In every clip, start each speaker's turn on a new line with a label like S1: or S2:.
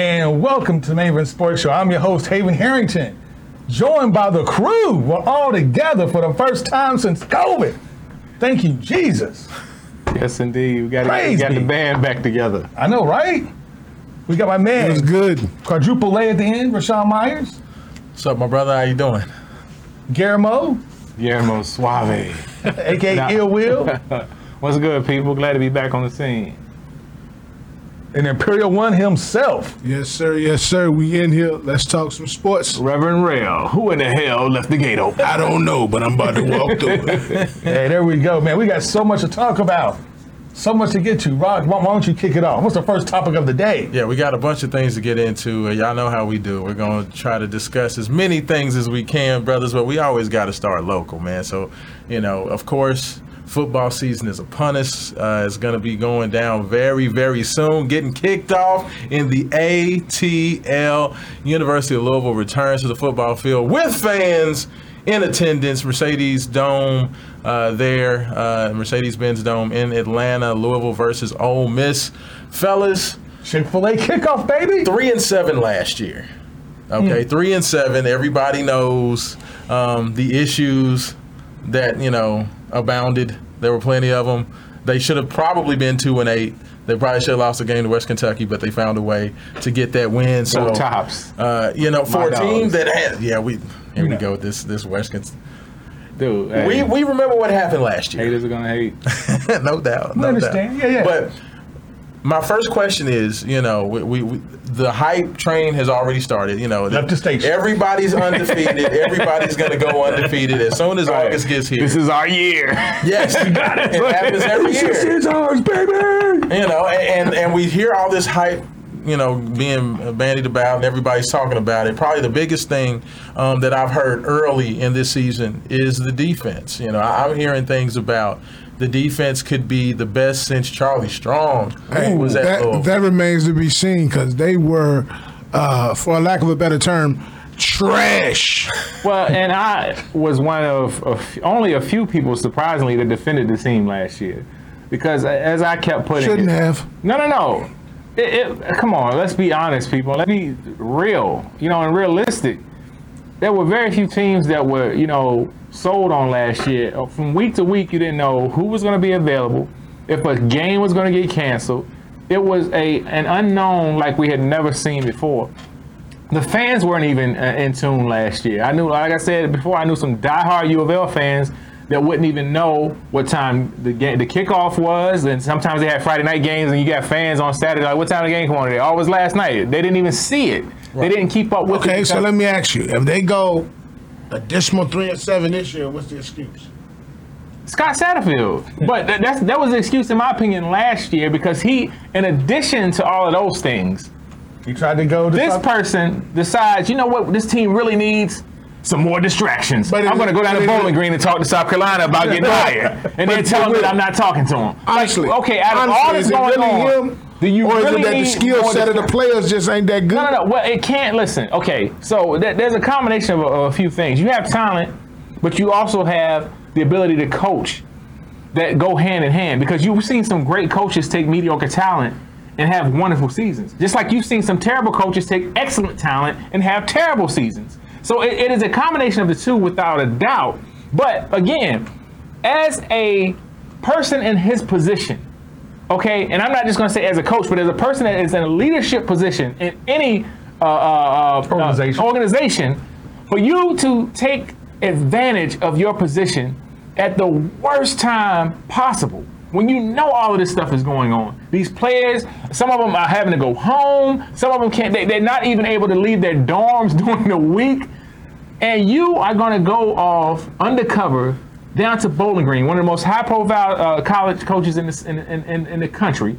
S1: Welcome to the Maven Sports Show. I'm your host, Haven Harrington, joined by the crew. We're all together for the first time since COVID. Thank you, Jesus.
S2: Yes, indeed. We got, we
S1: Praise
S2: got
S1: be.
S2: the band back together.
S1: I know, right? We got my
S3: It was
S1: man,
S3: good.
S1: quadruple A at the end, Rashawn Myers,
S4: What's up, my brother? How you doing?
S1: Guillermo,
S2: Guillermo Suave.
S1: aka
S2: Nah.
S1: Ill Will,
S2: What's good, people? Glad to be back on the scene.
S1: and Imperial One himself.
S3: Yes, sir. Yes, sir. We in here. Let's talk some sports.
S2: Reverend Rail, who in the hell left the gate open?
S3: I don't know, but I'm about to walk through it.
S1: Hey, there we go, man. We got so much to talk about, so much to get to. Rod, why why don't you kick it off? What's the first topic of the day?
S4: Yeah, we got a bunch of things to get into. and Y'all know how we do. We're going to try to discuss as many things as we can, brothers, but we always got to start local, man. So, you know, of course, football season is upon us. Uh, it's going to be going down very, very soon, getting kicked off in the ATL. University of Louisville returns to the football field with fans in attendance. Mercedes Dome uh, there, uh, Mercedes Benz Dome in Atlanta, Louisville versus Ole Miss. Fellas,
S1: Chick fil A kickoff, baby.
S4: three and seven last year. Okay,
S2: Hmm.
S4: three and seven. Everybody knows um, the issues that you know abounded. There were plenty of them. They should have probably been two and eight. They probably should have lost the game to West Kentucky, but they found a way to get that win. So
S2: Go Tops.
S4: Uh, you know, for a
S2: My
S4: team
S2: dogs.
S4: that had, yeah, we here we
S1: know.
S4: go with this this West Kentucky.
S2: Dude, hey,
S4: We we remember what happened last year.
S2: haters are gonna hate.
S4: no doubt. No
S1: I understand.
S4: Doubt.
S1: Yeah, yeah.
S4: But my first question is, you know, we, we, we the hype train has already started. You know,
S1: Left the station.
S4: Everybody's undefeated. Everybody's going to go undefeated as soon as
S2: Right.
S4: August gets here.
S2: This is our year.
S4: yes, you got it. It happens every year.
S1: It's ours, baby.
S4: You know, and, and and we hear all this hype. You know, being bandied about and everybody's talking about it. Probably the biggest thing um, that I've heard early in this season is the defense. You know, I, I'm hearing things about the defense could be the best since Charlie Strong
S3: Hey,
S4: was at Louisville.
S3: that, that remains to be seen because they were, uh, for lack of a better term, trash.
S2: well, and I was one of, a f- only a few people, surprisingly, that defended the team last year. Because a- as I kept putting
S3: Shouldn't
S2: it,
S3: have.
S2: No, no, no. It, it, come on, let's be honest, people. Let's be real, you know, and realistic. There were very few teams that were, you know, sold on last year. Uh, From week to week, you didn't know who was going to be available, if a game was going to get canceled. It was a an unknown like we had never seen before. The fans weren't even uh, in tune last year. I knew, like I said before, I knew some diehard U of L fans that wouldn't even know what time the game, the kickoff was, and sometimes they had Friday night games, and you got fans on Saturday like, "What time the game come on today?" Oh, it was last night. They didn't even see it. They didn't keep up with it.
S3: Okay, so
S2: because-
S3: let me ask you: If they go additional three and seven this year, what's the excuse?
S2: Scott Satterfield. But th- that's, that was the excuse, in my opinion, last year because he, in addition to all of those things,
S1: You tried to go to
S2: this
S1: something-
S2: person decides, you know what, this team really needs some more distractions.
S3: But
S2: I'm
S3: it-
S2: going to go down
S3: but
S2: to
S3: it-
S2: Bowling Green and talk to South Carolina about getting fired, and then tell them that I'm not talking to them.
S3: Honestly,
S2: okay, out of
S3: honestly,
S2: all that's
S3: is it
S2: going
S3: really
S2: on,
S3: him,
S2: do you
S3: or
S2: really
S3: is it that the
S2: need
S3: skill
S2: more
S3: set of the
S2: defense?
S3: players just ain't that good?
S2: No, no, no. Well, it can't. Listen, okay. So th- there's a combination of a, of a few things. You have talent, but you also have the ability to coach that go hand in hand because you've seen some great coaches take mediocre talent and have wonderful seasons. Just like you've seen some terrible coaches take excellent talent and have terrible seasons. So it- it is a combination of the two without a doubt. But again, as a person in his position, okay, and I'm not just going to say as a coach, but as a person that is in a leadership position in any uh, uh, uh,
S1: Organization.
S2: organization, for you to take advantage of your position at the worst time possible, when you know all of this stuff is going on, these players, some of them are having to go home, some of them can't, they, they're not even able to leave their dorms during the week and you are going to go off undercover down to Bowling Green, one of the most high-profile uh, college coaches in, this, in, in, in, in the country,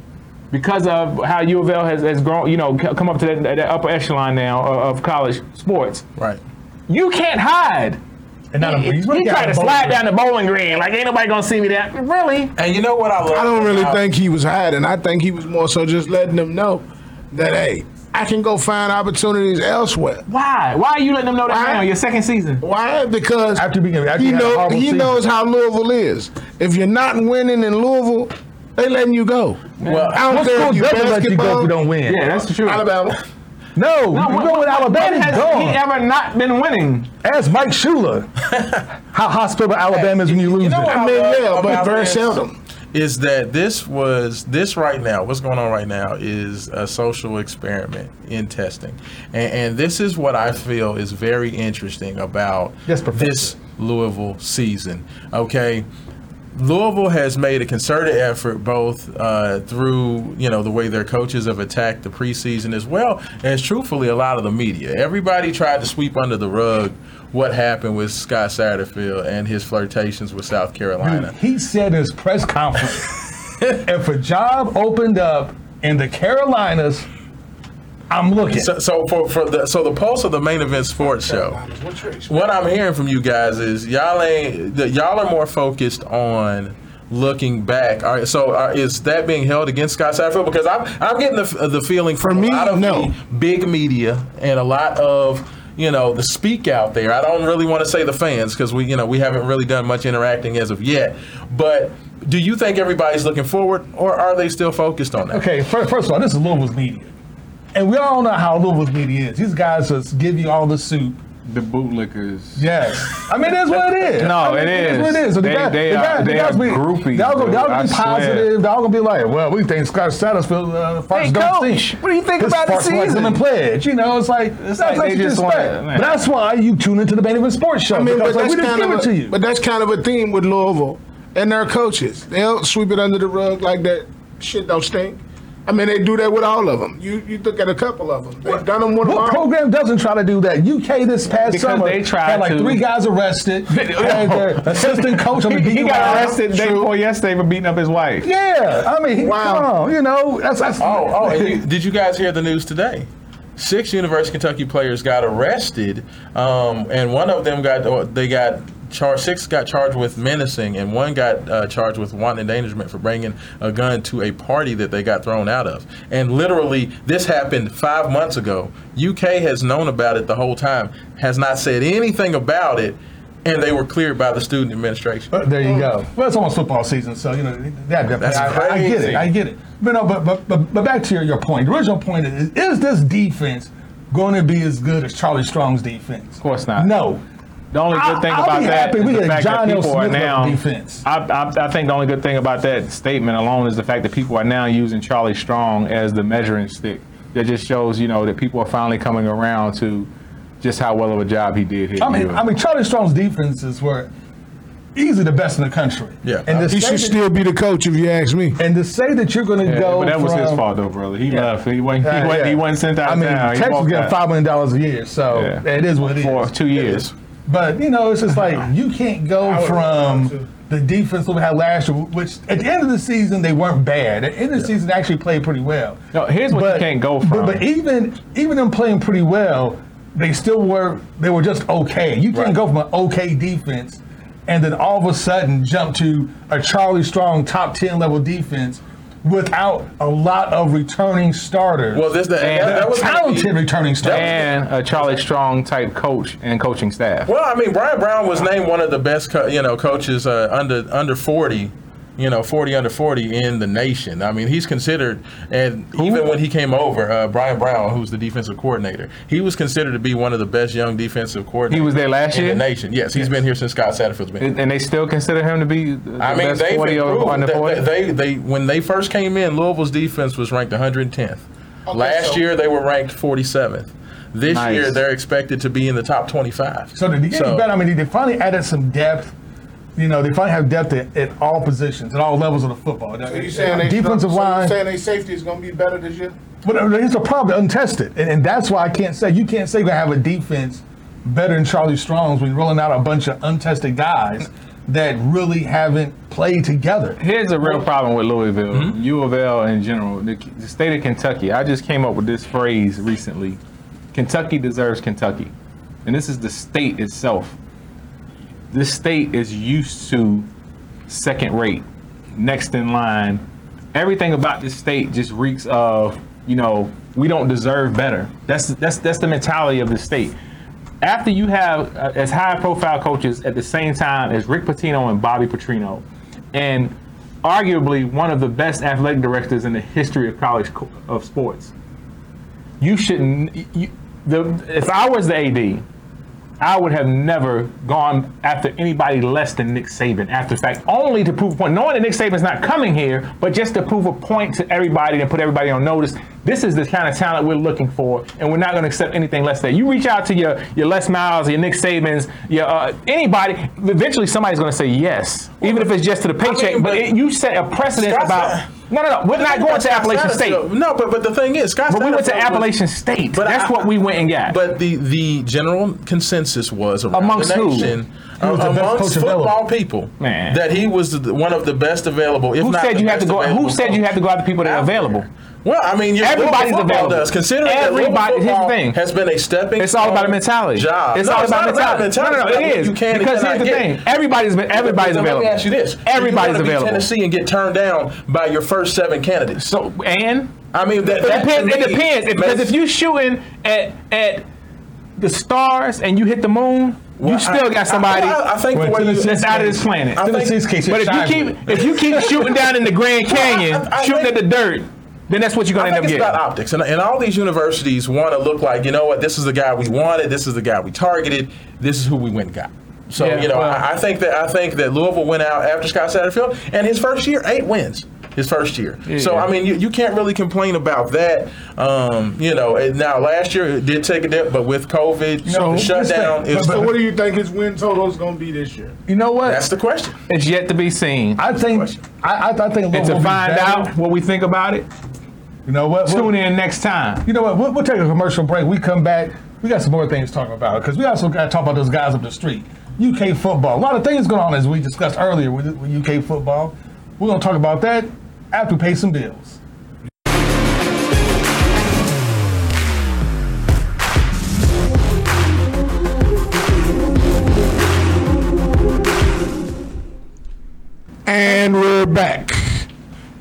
S2: because of how U of L has, has grown, you know, c- come up to that, that upper echelon now of, of college sports.
S4: Right.
S2: You can't hide.
S1: And not a
S2: You,
S1: breeze. What
S2: try
S1: got
S2: to
S1: a boat?
S2: slide down to Bowling Green like ain't nobody gonna see me there. Really?
S4: And you know what I love?
S3: I don't really
S4: about-
S3: think he was hiding. I think he was more so just letting them know that hey, I can go find opportunities elsewhere.
S2: Why? Why are you letting them know that
S3: Why?
S2: now? Your second season.
S3: Why? Because
S1: After being- after
S3: he
S1: he had a
S3: know
S1: horrible
S3: he
S1: season.
S3: knows how Louisville is. If you're not winning in Louisville, they letting you go.
S1: Well,
S3: I don't
S1: what
S3: care
S1: school
S3: if you
S1: doesn't let you go if
S3: basketball-
S1: you don't win.
S2: Yeah, that's true.
S3: Alabama.
S1: No,
S2: No,
S1: you
S2: what-
S1: know what,
S2: what-
S1: Alabama's
S2: has
S1: gone.
S2: he ever not been winning?
S1: Ask Mike Shula how hospitable Alabama is when you lose
S4: know
S1: it.
S4: what
S3: I mean,
S4: love
S3: yeah,
S4: about
S3: but very
S4: this
S3: seldom.
S4: Is that this was this right now? What's going on right now is a social experiment in testing, and, and this is what I feel is very interesting about
S1: Yes, Professor.
S4: this Louisville season. Okay. Louisville has made a concerted effort, both uh, through you know the way their coaches have attacked the preseason, as well as truthfully a lot of the media. Everybody tried to sweep under the rug what happened with Scott Satterfield and his flirtations with South Carolina.
S1: He said in his press conference, if a job opened up in the Carolinas, I'm looking.
S4: So, so for, for the so the pulse of the main event sports show.
S3: What's your experience?
S4: What I'm hearing from you guys is y'all ain't that y'all are more focused on looking back. All right, so uh, is that being held against Scott Satterfield? Because I'm I'm getting the the feeling from
S3: For me,
S4: a lot of
S3: no.
S4: the big media and a lot of you know the speak out there. I don't really want to say the fans because we you know we haven't really done much interacting as of yet. But do you think everybody's looking forward, or are they still focused on that?
S1: okay, first, first of all, this is Louisville's media. And we all know how Louisville's media is. These guys just give you all the soup.
S2: The bootlickers.
S1: Yes. I mean, that's what it is.
S2: No,
S1: I mean,
S2: it
S1: that's
S2: is.
S1: what it is. So the
S2: They-
S1: guy-
S2: they
S1: the
S2: are-
S1: guy- the
S2: they
S1: guys
S2: are
S1: be-
S2: groupies,
S1: They'll go,
S2: dude.
S1: they'll
S2: I
S1: be
S2: swear.
S1: positive. They'll gonna be like, well, we think Scott Satterfield uh, first
S2: Hey,
S1: don't
S2: coach,
S1: think.
S2: what do you think
S1: This
S2: about the
S1: farce like
S2: season?
S1: women pledge. You know, it's like that's
S2: like
S1: what
S2: they
S1: you
S2: just
S1: expect.
S2: wanna- man.
S1: But that's why you tune into the Bain Event Sports Show.
S3: I mean,
S1: because,
S3: but
S1: like,
S3: that's
S1: we just
S3: kind
S1: give
S3: of
S1: it to
S3: a,
S1: you.
S3: but that's kind of a theme with Louisville and their coaches. They'll sweep it under the rug like that. Shit don't stink. I mean, they do that with all of them. You you look at a couple of them. They've done them one
S1: What
S3: of them.
S1: program doesn't try to do that? UK this past
S2: Because
S1: summer
S2: they tried
S1: had like
S2: to.
S1: three guys arrested. had their assistant coach on the
S2: He, he got
S1: DUI.
S2: arrested day before yesterday for beating up his wife.
S1: Yeah, I mean,
S3: Wow.
S1: come on, you know, that's that's.
S4: Oh, oh! And you, did you guys hear the news today? Six University of Kentucky players got arrested, um, and one of them got or they got charged. Six got charged with menacing, and one got uh, charged with wanton endangerment for bringing a gun to a party that they got thrown out of. And literally, this happened five months ago. UK has known about it the whole time, has not said anything about it, and they were cleared by the student administration.
S1: But there you go. Well, it's almost football season, so you know that. that
S4: That's
S1: I, I- I get it.
S4: crazy.
S1: I get it. But no, but but but, but back to your, your point. The original point is: Is this defense going to be as good as Charlie Strong's defense? Of
S2: course not.
S1: No.
S2: The only
S1: I-
S2: good thing
S1: I'll
S2: about
S1: be
S2: that
S1: happy
S2: is
S1: we
S2: the
S1: get
S2: fact
S1: John
S2: that
S1: L.
S2: people are
S1: Smith on
S2: now.
S1: defense.
S2: I, I, I think the only good thing about that statement alone is the fact that people are now using Charlie Strong as the measuring stick. That just shows, you know, that people are finally coming around to just how well of a job he did here.
S1: I mean,
S2: in
S1: I mean, Charlie Strong's defenses were easily the best in the country.
S4: Yeah.
S1: And to
S3: He
S1: say that,
S3: should still be the coach if you ask me.
S1: and to say that you're going to
S2: yeah,
S1: go.
S2: but that was his
S1: from-
S2: fault though, brother. He
S1: Yeah.
S2: left. He wasn't. He,
S1: Yeah,
S2: wasn't,
S1: yeah.
S2: he wasn't sent out
S1: I
S2: of
S1: mean,
S2: town. He
S1: Texas
S2: walked
S1: getting
S2: out
S1: five million dollars a year, so
S2: Yeah.
S1: it is what it is.
S2: for two years.
S1: But you know, it's just like you can't go from the defense that we had last year, which at the end of the season they weren't bad. At the end of the season, they actually played pretty well.
S2: No, here's what you can't go
S1: but-
S2: from.
S1: But, even even them playing pretty well, they still were they were just okay. You can't
S4: Right.
S1: go from an okay defense and then all of a sudden jump to a Charlie Strong top ten level defense without a lot of returning starters.
S4: Well, this that,
S2: And
S4: that, that was
S1: talented returning starters.
S2: and a Charlie Strong type coach and coaching staff.
S4: Well, I mean, Brian Brown was named one of the best, co- you know, coaches uh, under under forty, you know, forty under forty in the nation. I mean, he's considered, and even when he came over, uh, Brian Brown, who's the defensive coordinator, he was considered to be one of the best young defensive coordinators.
S2: He was there last
S4: in
S2: year?
S4: the nation. Yes, he's been here since Scott Satterfield's been. here.
S2: And and they still consider him to be the
S4: I mean,
S2: best
S4: they've
S2: 40 or
S4: improved.
S2: under
S4: They-
S2: 40.
S4: They, they, they, when they first came in, Louisville's defense was ranked 110th. Last
S3: so-
S4: year, they were ranked 47th. This
S2: Nice.
S4: year, they're expected to be in the top 25.
S1: So did they get any better? I mean, they finally added some depth. You know, they finally have depth at, at all positions, at all levels of the football. defensive line.
S3: their safety is going to be better this year?
S1: But uh, it's a problem, they're untested, and, and that's why I can't say you can't say you have a defense better than Charlie Strong's when you're rolling out a bunch of untested guys that really haven't played together.
S2: Here's a real problem with Louisville, U of L in general, the, the state of Kentucky. I just came up with this phrase recently: Kentucky deserves Kentucky, and this is the state itself. This state is used to second rate, next in line. Everything about this state just reeks of, you know, we don't deserve better. That's that's that's the mentality of the state. After you have uh, as high profile coaches at the same time as Rick Pitino and Bobby Petrino, and arguably one of the best athletic directors in the history of college co- of sports. you shouldn't. You, the, if I was the AD, I would have never gone after anybody less than Nick Saban after the fact, only to prove a point, knowing that Nick Saban's not coming here, but just to prove a point to everybody and put everybody on notice. This is the kind of talent we're looking for, and we're not going to accept anything less than. You reach out to your your Les Miles, your Nick Sabans, your uh, anybody. Eventually, somebody's going to say yes, even if it's just to the paycheck. but
S5: but-
S2: it, you set a precedent
S5: Scott's
S2: about. No, no, no. We're not going to
S5: Scott
S2: Appalachian State.
S5: Satterfield- No, but but the thing is, Scott
S2: But we went to
S5: Satterfield was-
S2: Appalachian State.
S5: But
S2: That's
S5: I-
S2: what we went and got.
S5: But the the general consensus was around
S2: Amongst
S5: the
S2: who?
S5: nation, uh,
S1: He was the best
S5: amongst
S1: coach
S5: football
S1: available.
S5: people,
S2: Man.
S5: that he was the, one of the best available. If
S2: who
S5: not
S2: said
S5: the
S2: you have to
S5: best
S2: go? Who
S5: available
S2: said you
S5: coach
S2: have to go out to people that are
S5: out
S2: available?
S5: there. Well, I mean, your
S2: Everybody's
S5: football
S2: available.
S5: Does considering
S2: Everybody-
S5: That
S2: here's the
S5: football
S2: thing.
S5: has been a stepping.
S2: It's all about the
S5: stone
S2: mentality.
S5: Job.
S2: It's
S5: No,
S2: all about,
S5: not about
S2: mentality. No, no, no, it
S5: mentality.
S2: is.
S5: You can
S2: because here's the thing: everybody's everybody's
S5: so
S2: available.
S5: Let me ask you this: Do you
S2: Everybody's
S5: wanna be
S2: available.
S5: Tennessee and get turned down by your first seven candidates.
S2: So and
S5: I mean, that,
S2: it
S5: that to
S2: depends. It
S5: me
S2: depends If- because
S5: makes-
S2: if you shooting at at the stars and you hit the moon, you
S5: Well,
S2: still
S5: I-
S2: got somebody.
S5: I, I, I think
S1: Well,
S5: the way you,
S1: Tennessee-
S2: that's out of this planet.
S5: I think-
S1: Tennessee's case.
S2: But if you keep if you keep shooting down in the Grand Canyon,
S5: I- I
S2: shooting
S5: think-
S2: at the dirt, then that's what you're
S5: I
S2: gonna end
S5: think
S2: up
S5: it's
S2: getting.
S5: about optics, and, and all these universities want to look like you know what? This is the guy we wanted. This is the guy we targeted. This is who we went and got. So
S2: Yeah,
S5: you know,
S2: well-
S5: I, I think that I think that Louisville went out after Scott Satterfield, and his first year, eight wins. His first year. So
S2: Yeah.
S5: I mean, you, you can't really complain about that. Um, you know, and now last year it did take a dip, but with COVID, you know, the
S1: So-
S5: shutdown,
S1: But-
S5: is
S1: but-
S3: So what do you think his win total is going to be this year?
S1: you know what?
S5: that's the question.
S2: It's yet to be seen.
S1: I think
S5: Question.
S1: I, I, I think
S2: And
S1: Louisville
S2: to
S1: will be
S2: find
S1: better.
S2: out what we think about it,
S1: You know what? We'll-
S2: tune in next time.
S1: You know what? We'll, we'll take a commercial break. We come back. We got some more things to talk about because we also got to talk about those guys up the street. UK football. A lot of things going on as we discussed earlier with, with UK football. We're going to talk about that after we pay some bills.
S3: And we're back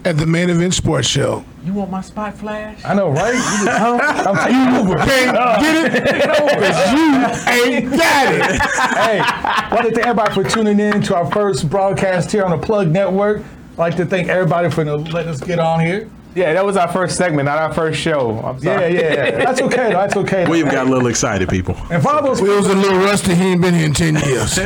S3: at the main event sports show.
S2: You want my spot flash?
S1: I know, right? You just- I'm taking over.
S3: Can't get it because you ain't got it.
S1: hey, I'd like to thank everybody for tuning in to our first broadcast here on the Plug Network. I'd like to thank everybody for letting us get on here.
S2: Yeah, that was our first segment, not our first show. I'm
S1: Yeah,
S2: sorry.
S1: yeah, yeah. That's okay, though. That's okay. though.
S5: got a little excited, people.
S1: And for all those
S3: Will's a little rusty. He ain't been here in 10 years.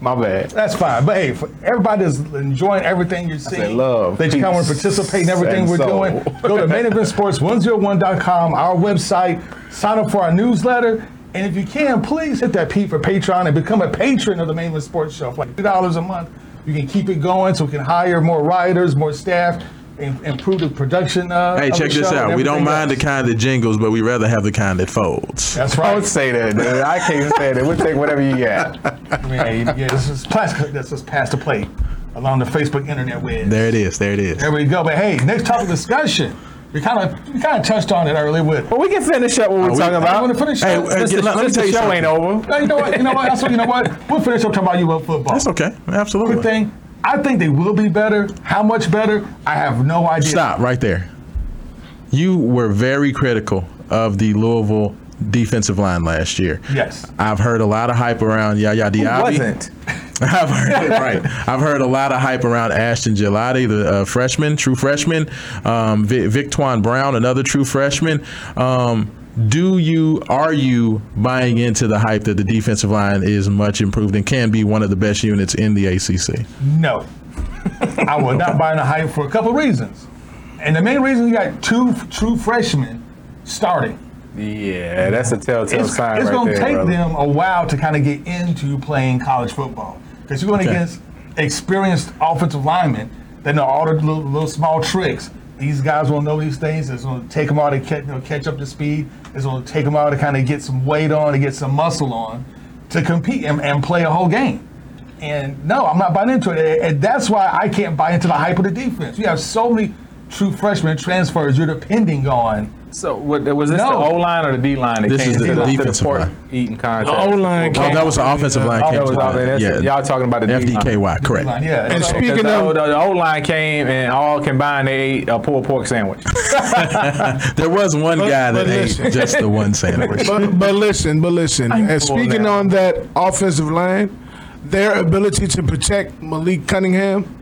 S2: My bad.
S1: That's fine. But hey, for everybody that's enjoying everything you're seeing,
S2: love,
S1: that you come and
S2: peace,
S1: participate in everything
S2: and
S1: we're
S2: soul.
S1: doing, go to maineventsports101.com, our website, sign up for our newsletter. And if you can, please hit that P for Patreon and become a patron of the Main Event Sports Show. For like $2 a month, you can keep it going so we can hire more writers, more staff, and improve the production. Uh,
S4: Hey,
S1: of
S4: check
S1: the
S4: this
S1: show and
S4: out. We don't
S1: everything
S4: mind the
S1: else.
S4: kind that jingles, but we rather have the kind that folds.
S1: That's
S2: I
S1: right.
S2: would say that, dude. I can't say that. We'll take whatever you got.
S1: I mean, hey, yeah, this is plastic. This is past the plate along the Facebook internet web.
S4: There it is. There it is.
S1: There we go. But hey, next topic of discussion. We kind of we kind of touched on it earlier with.
S2: But we can finish up what we're
S4: we-
S2: talking about.
S1: I want to finish.
S4: Hey,
S1: up.
S4: hey,
S2: Since
S4: get-
S2: the,
S4: let me
S2: since
S4: tell
S2: the
S4: you
S2: show
S4: something.
S2: ain't over.
S1: No, you know what? You know what? That's what- you know what? We'll finish up talking about UL football.
S4: That's okay. Absolutely.
S1: Good thing. I think they will be better. How much better? I have no idea.
S4: Stop right there. You were very critical of the Louisville defensive line last year.
S1: Yes.
S4: I've heard a lot of hype around Yaya Diaby.
S2: Wasn't.
S4: I've heard right. I've heard a lot of hype around Ashton Gelati, the uh, freshman, true freshman, um, Vi- Vic Twan Brown, another true freshman. Um, do you are you buying into the hype that the defensive line is much improved and can be one of the best units in the ACC?
S1: No, I will not buy the hype for a couple reasons. And the main reason you got two f- true freshmen starting.
S2: Yeah, that's a telltale
S1: It's,
S2: sign right
S1: going
S2: there,
S1: to take
S2: brother.
S1: them a while to kind of get into playing college football because you're going
S4: Okay.
S1: against experienced offensive linemen that know all the little, little small tricks. These guys will know these things. It's going to take them out to catch, you know, catch up to speed. It's going to take them out to kind of get some weight on, to get some muscle on, to compete and, and play a whole game. And no, I'm not buying into it. And that's why I can't buy into the hype of the defense. You have so many true freshmen transfers you're depending on.
S2: So what, was this
S1: No.
S2: the O line or the D line that
S4: This
S2: came
S4: is the
S2: to, to the
S4: defensive
S2: port
S4: line.
S2: eating contest?
S3: The O-line
S4: Oh, that was the offensive line.
S2: Oh,
S4: came
S2: that was
S4: to
S2: all
S4: the-
S2: that's
S4: yeah,
S2: Y'all talking about the D line.
S4: FDKY, correct.
S1: Yeah.
S3: And
S1: so-
S3: speaking
S2: Because the,
S3: of-
S2: O- the O line came and all combined they ate a pulled pork sandwich.
S4: There was one guy that
S3: but listen.
S4: ate just the one sandwich.
S3: but, but listen, but listen. And
S2: full
S3: speaking
S2: now.
S3: on that offensive line, their ability to protect Malik Cunningham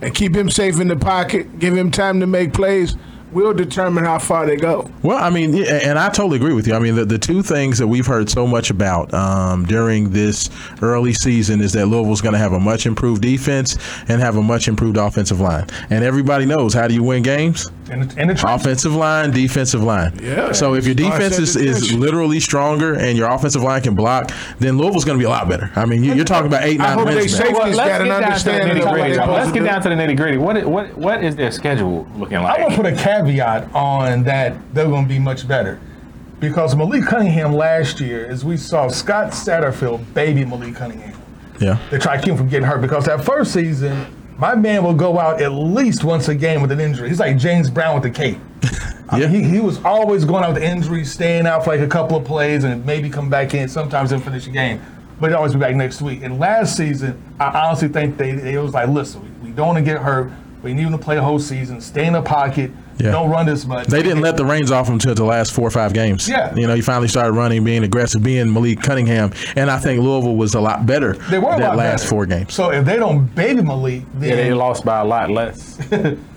S3: and keep him safe in the pocket, give him time to make plays, will determine how far they go.
S4: Well, I mean, yeah, and I totally agree with you. I mean, the, the two things that we've heard so much about um, during this early season is that Louisville's going to have a much improved defense and have a much improved offensive line. And everybody knows how do you win games?
S1: And, and the trenches.
S4: Offensive line, defensive line.
S3: Yeah.
S4: So if your
S3: Starts at
S4: defense
S3: the
S4: is, is
S3: trench.
S4: literally stronger and your offensive line can block, then Louisville's going to be a lot better. I mean, you, you're talking about eight,
S3: I
S4: nine
S3: hope
S4: wins.
S3: they
S4: back.
S3: say- Safety's got an
S2: let's get down to
S3: understanding
S2: the
S3: of what
S2: nitty-gritty.
S3: they're supposed
S2: Let's
S3: to
S2: get
S3: do.
S2: down to the nitty gritty. What, what, what is their schedule looking
S1: I want to
S2: like?
S1: put a caveat on that they're going to be much better. Because Malik Cunningham last year, as we saw, Scott Satterfield baby Malik Cunningham.
S4: yeah.
S1: They try to keep him from getting hurt because that first season, my man will go out at least once a game with an injury. He's like James Brown with the cape. I mean,
S4: Yeah.
S1: he, he was always going out with injuries, staying out for like a couple of plays, and maybe come back in. Sometimes he'll finish the game, but he'll always be back next week. And last season, I honestly think they, they was like, listen, we, we don't want to get hurt. We need him to play a whole season, stay in the pocket,
S4: Yeah.
S1: don't run this much.
S4: They didn't let the reins off him until the last four or five games.
S1: Yeah.
S4: You know, he finally started running, being aggressive, being Malik Cunningham. And I think Louisville was a lot better
S1: They were a
S4: that
S1: lot
S4: last
S1: better.
S4: four games.
S1: So if they don't baby Malik,
S2: Yeah,
S1: then
S2: they lost by a lot less.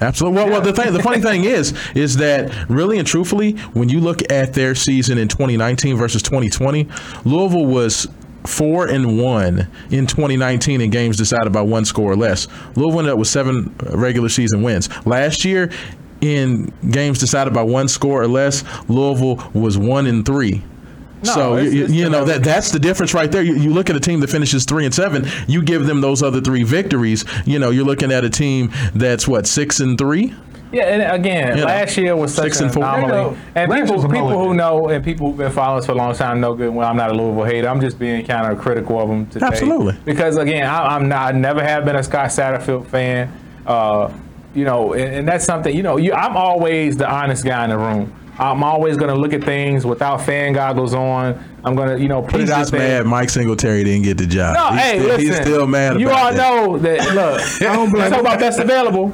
S4: Absolutely. Well, well, the thing, the funny thing is, is that really and truthfully, when you look at their season in 2019 versus 2020, Louisville was four and one in 2019 in games decided by one score or less. Louisville ended up with seven regular season wins last year. In games decided by one score or less, Louisville was one and three. so
S2: it's-
S4: you,
S2: it's
S4: you know
S2: still-
S4: that that's the difference right there. You, you look at a team that finishes three and seven. You give them those other three victories. You know you're looking at a team that's what six and three.
S2: Yeah, and again,
S4: You know,
S2: last year was such
S4: six
S2: an
S4: and four.
S2: anomaly.
S1: There you go.
S2: And
S1: Last
S2: people,
S1: was a
S2: people who
S1: mulligan.
S2: know and people who've been following us for a long time know good. and Well, I'm not a Louisville hater. I'm just being kind of critical of them today.
S4: Absolutely.
S2: Because again, I, I'm not. I never have been a Scott Satterfield fan. Uh, you know, and, and that's something. You know, you, I'm always the honest guy in the room. I'm always going to look at things without fan goggles on. I'm going to, you know, put
S4: He's
S2: it out
S4: just
S2: there.
S4: mad Mike Singletary didn't get the job. he's
S2: No, Oh, hey,
S4: still,
S2: listen.
S4: he's still mad.
S2: You
S4: about
S2: all
S4: that.
S2: know that. Look, I don't blame. Talk about that's available.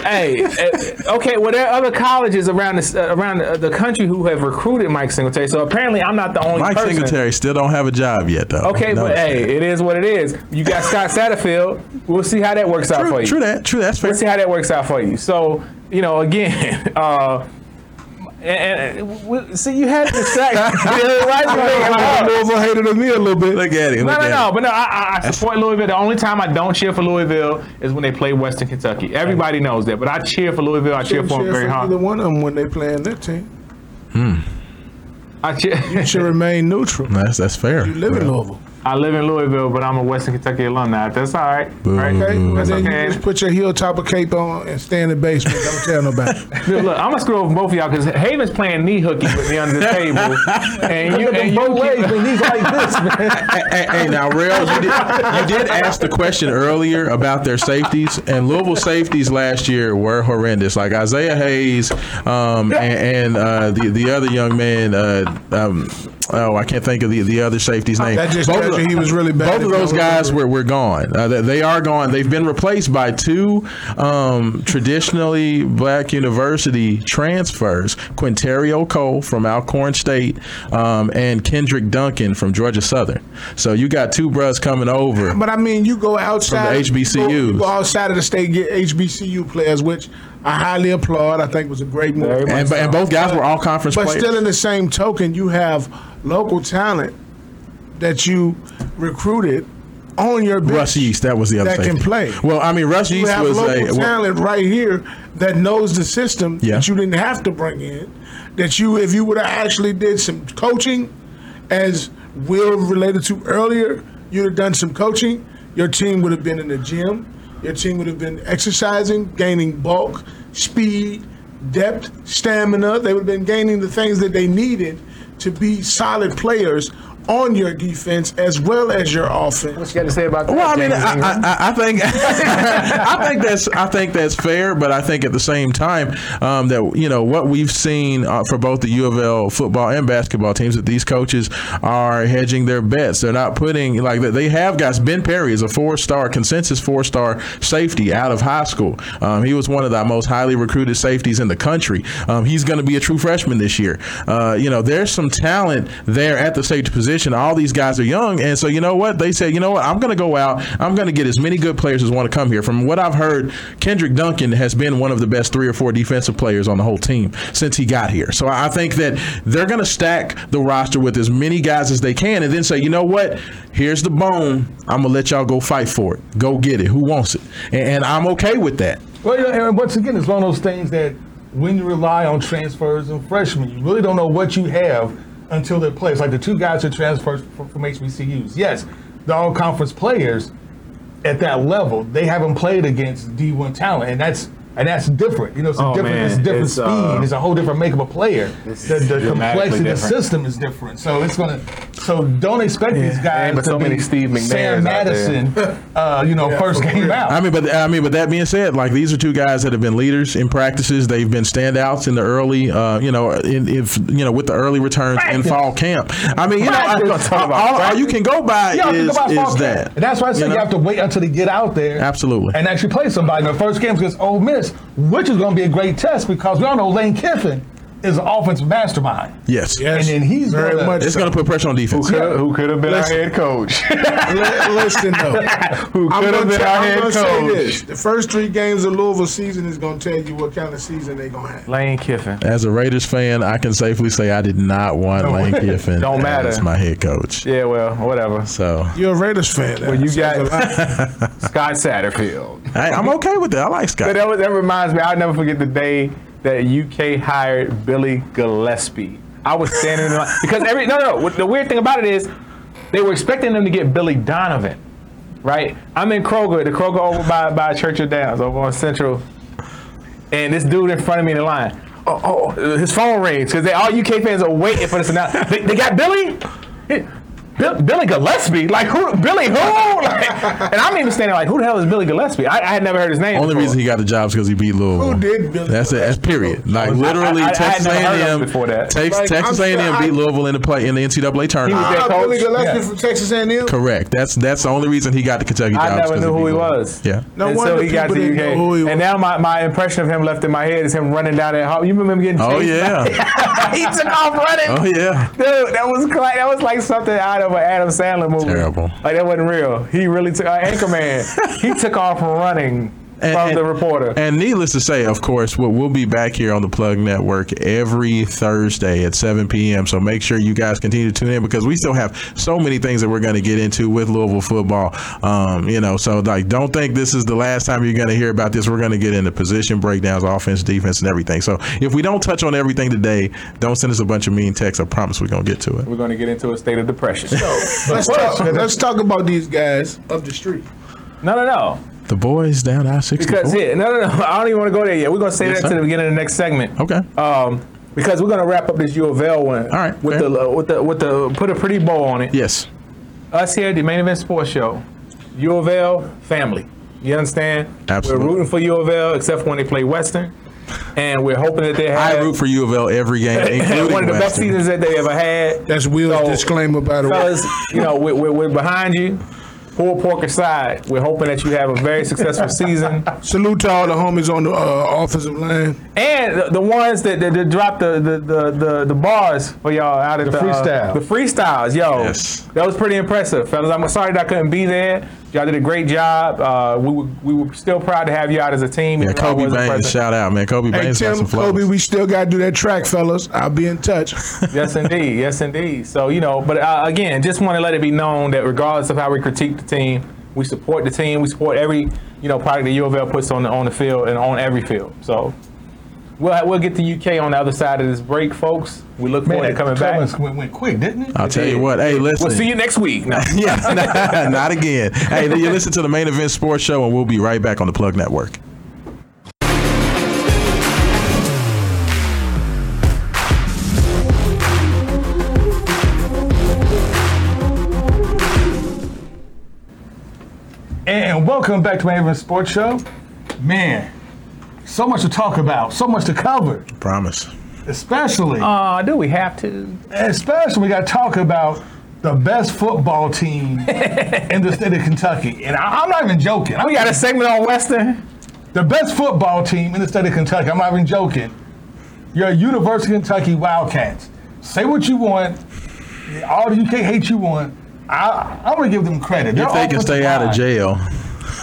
S2: Hey, eh, okay. Well, there are other colleges around this, uh, around the, the country who have recruited Mike Singletary. So apparently, I'm not the only
S4: Mike
S2: person.
S4: Singletary still don't have a job yet, though.
S2: Okay,
S4: No.
S2: but hey, it is what it is. You got Scott Satterfield. We'll see how that works out for
S4: true,
S2: you.
S4: true that, true that's fair.
S2: Let's see how that works out for you. So, you know, again, uh, and, and we, see, you had to say, why you bringing him
S3: Ah.
S2: up?
S4: Louisville hated on me a little bit. Look at him.
S2: No,
S4: look
S2: no,
S4: at
S2: no.
S4: him.
S2: But no, I, I- I support Louisville. The only time I don't cheer for Louisville is when they play Western Kentucky. Everybody knows that. But I cheer for Louisville. I cheer for them very
S3: either
S2: hard.
S3: one of them when they playing their team.
S2: I cheer.
S3: Should remain neutral.
S4: That's that's fair.
S3: You live in Louisville.
S2: I live in Louisville, but I'm a Western Kentucky alumni. That's all right. All right.
S3: Okay,
S4: Ooh.
S3: Mm-hmm. and then
S2: okay.
S3: you just put your heel topper cape on and stay in the basement. Don't tell nobody.
S2: Look, look, I'm gonna screw over both of y'all because Haven's playing knee hooky with me under the table, and you and you
S1: both ways when he's like this, man.
S4: Hey, hey, hey, now, Rails, you did, you did ask the question earlier about their safeties, and Louisville safeties last year were horrendous. Like Isaiah Hayes um, and, and uh, the the other young man. Uh, um, Oh, I can't think of the, the other safety's name.
S3: Uh, That just
S4: Both
S3: tells
S4: of
S3: you
S4: the-
S3: he was really bad
S4: Both of
S3: at
S4: those
S3: going
S4: guys
S3: over.
S4: were, were gone. Uh, they, they are gone. They've been replaced by two um, traditionally black university transfers: Quinterio Cole from Alcorn State um, and Kendrick Duncan from Georgia Southern. So you got two bros coming over.
S3: But I mean, you go outside
S4: From the HBCUs.
S3: you go- You go outside of the state, get HBCU players, which I highly applaud. I think was a great move.
S2: Very much
S4: And, and both guys were all conference
S3: But
S4: players.
S3: still, in the same token, you have local talent that you recruited on your bench.
S4: Russ Yeast, that was the other
S3: that can
S4: safety.
S3: play.
S4: Well, I mean, Russ
S3: You
S4: Yeast
S3: have
S4: was
S3: local
S4: a well,
S3: talent right here that knows the system
S4: Yeah.
S3: that you didn't have to bring in. That you, if you would have actually did some coaching, as Will related to earlier, you'd have done some coaching. Your team would have been in the gym. Your team would have been exercising, gaining bulk, speed, depth, stamina. They would have been gaining the things that they needed to be solid players on your defense as well as your offense.
S2: What you got to say about that?
S4: Well, I mean,
S2: James
S4: I,
S2: Ingram?
S4: I, I- I think I think that's I think that's fair, but I think at the same time um, that you know what we've seen uh, for both the U of L football and basketball teams that these coaches are hedging their bets. They're not putting like they- they have guys. Ben Perry is a four-star consensus four-star safety out of high school. Um, he was one of the most highly recruited safeties in the country. Um, he's going to be a true freshman this year. Uh, you know, there's some talent there at the safety position position. All these guys are young, and so you know what they said. You know what I'm going to go out. I'm going to get as many good players as want to come here. From what I've heard, Kendrick Duncan has been one of the best three or four defensive players on the whole team since he got here. So I I think that they're going to stack the roster with as many guys as they can, and then say, you know what, here's the bone. I'm going to let y'all go fight for it. Go get it. Who wants it? And, and I'm okay with that.
S1: Well, you know, and once again, it's one of those things that when you rely on transfers and freshmen, you really don't know what you have until they play. It's like the two guys who transferred from, from HBCUs. Yes, they're all conference players at that level. They haven't played against D1 talent, and that's and that's different. You know, it's a
S2: Oh,
S1: different,
S2: man,
S1: it's different
S2: it's,
S1: speed.
S2: uh,
S1: it's a whole different makeup of player.
S2: it's
S1: The, the complexity of the
S2: different.
S1: system is different. So it's gonna. So don't expect these guys.
S2: Man, but
S1: to
S2: so
S1: be
S2: many Steve McNairs
S1: Sam
S2: out there.
S1: Madison. Uh, you know, first game out.
S4: I mean, but I mean, but that being said, like these are two guys that have been leaders in practices. They've been standouts in the early, uh, you know, in, if you know, with the early returns in fall camp. I mean, you know, I,
S2: Practice.
S4: all, all- all you can go by
S1: Yeah,
S4: is,
S1: think about fall
S4: is
S1: camp.
S4: that.
S1: And that's why I said you,
S4: know?
S1: have to wait until they get out there.
S4: Absolutely.
S1: And actually play somebody. The first game's against Ole Miss, which is going to be a great test because we all know Lane Kiffin is an offensive mastermind.
S4: Yes,
S3: Yes.
S1: And then he's
S3: very
S1: gonna-
S3: much.
S4: it's going to put pressure on defense.
S1: Yeah.
S2: Who could have been
S3: Listen.
S2: our head coach?
S3: Li- listen though.
S2: Who
S3: I'm
S2: could have
S3: gonna,
S2: been
S3: tell-
S2: our
S3: I'm
S2: head
S3: gonna say this:
S2: coach?
S3: the first three games of Louisville season is gonna tell you what kind of season they gonna have.
S2: Lane Kiffin.
S4: As a Raiders fan, I can safely say I did not want Lane Kiffin
S2: Don't matter.
S4: as my head coach.
S2: Yeah, well, whatever.
S4: So
S3: You're a Raiders fan. Well,
S2: you got Scott Satterfield.
S4: I, I'm okay with that. I like
S2: But
S4: Scott.
S2: that, was, that reminds me, I'll never forget the day that UK hired Billy Gillespie. I was standing in line because every no no. what- The weird thing about it is they were expecting them to get Billy Donovan, right? I'm in Kroger, the Kroger over by by Churchill Downs, over on Central, and this dude in front of me in the line. Oh, oh his phone rings because all UK fans are waiting for this announcement. They, they got Billy. Bill, Billy Gillespie, like who? Billy who? Like, and I'm even standing like, who the hell is Billy Gillespie? I, I had never heard his name.
S4: Only
S2: before.
S4: reason he got the job is because he beat Louisville.
S3: Who did Billy
S4: That's it. That's period. Like literally,
S2: I- I- I
S4: Texas
S2: had never heard of him
S4: A&M.
S2: before that.
S4: Tex-
S3: Like,
S4: Texas A&M
S3: I'm sure I-
S4: beat Louisville in the play in the NCAA tournament.
S2: was- Yeah,
S3: Uh, Billy
S2: coach.
S3: Gillespie
S1: Yeah.
S3: from Texas A&M.
S4: Correct. That's that's the only reason he got the Kentucky job.
S2: I
S4: is
S2: never
S4: 'cause
S2: knew
S4: of
S2: who he
S4: Louisville.
S2: was.
S4: Yeah.
S3: No
S2: and
S3: wonder
S2: so he got
S3: people
S2: to
S3: didn't know who he
S2: UK.
S3: was.
S2: And now my, my impression of him left in my head is him running down that hall. You remember him getting chased?
S4: Oh yeah.
S2: yeah. he took off running.
S4: Oh yeah.
S2: Dude, that was cla- that was like something out of an Adam Sandler movie.
S4: Terrible.
S2: Like that wasn't real. He really took uh, Anchorman. he took off running
S4: And-
S2: from
S4: and-
S2: the reporter.
S4: And needless to say, of course, we'll, we'll be back here on the Plug Network every Thursday at 7 p.m. So make sure you guys continue to tune in because we still have so many things that we're going to get into with Louisville football. Um, you know, so like, don't think this is the last time you're going to hear about this. We're going to get into position breakdowns, offense, defense, and everything. So if we don't touch on everything today, don't send us a bunch of mean texts. I promise we're going to get to it.
S2: We're going to get into a state of depression.
S3: Let's talk. Let's talk about these guys of the street.
S2: no, no, no.
S4: The boys down I
S2: Because
S4: 64.
S2: yeah, no, no, no. I don't even want to go there yet. We're going to say
S4: Yes,
S2: that
S4: sir.
S2: to the beginning of the next segment.
S4: Okay.
S2: um, because we're gonna wrap up this U of L one.
S4: All right,
S2: with
S4: fair.
S2: the uh, with the with the put a pretty bow on it.
S4: Yes.
S2: Us here at the main event sports show, U of L family. You understand?
S4: Absolutely.
S2: We're rooting for U of L except for when they play Western, and we're hoping that they have
S4: I root for U of L every game, including
S2: one of the best
S4: Western.
S2: seasons that they ever had.
S3: That's Will's
S2: So,
S3: disclaimer, by the way.
S2: Fellas, you know we're, we're, we're behind you. Poor pork aside, we're hoping that you have a very successful season.
S3: Salute to all the homies on the uh, offensive line.
S2: And the, the ones that, that, that dropped the, the, the, the, the bars for y'all out at the, uh,
S1: freestyle.
S2: the freestyles, yo.
S4: Yes.
S2: That was pretty impressive, fellas. I'm sorry that I couldn't be there. Y'all did a great job. Uh, we, were, we were still proud to have you out as a team.
S4: Yeah,
S2: even though I
S4: Kobe
S2: wasn't
S4: Baines,
S2: present.
S4: shout out, man. Kobe
S3: Hey
S4: Baines got
S3: Tim,
S4: some flowers.
S3: Kobe, we still gotta do that track, fellas. I'll be in touch.
S2: yes, indeed. Yes, indeed. So, you know, but uh, again, just want to let it be known that regardless of how we critique the team, we support the team. We support every, you know, product that U of L puts on the, on the field and on every field. So we'll, we'll get to UK on the other side of this break, folks. We look forward to coming back.
S1: Clemens Went, went quick, didn't it?
S4: I'll tell you what. Hey, listen.
S2: We'll see you next week. No.
S4: yeah, not again. Hey, you listen to the main event sports show, and we'll be right back on the Plug Network.
S1: And welcome back to my Avon Sports Show. Man, so much to talk about, so much to cover,
S4: Promise.
S1: especially.
S2: Uh, do we have to?
S1: especially we got to talk about the best football team in the state of Kentucky. And I, I'm not even joking. I
S2: We
S1: mean,
S2: got a segment on Western.
S1: the best football team in the state of Kentucky. I'm not even joking. Your University of Kentucky Wildcats. Say what you want. all the UK hate you on. I, I'm gonna give them credit. Their
S4: If they can
S1: offensive
S4: stay out of
S1: line-
S4: jail,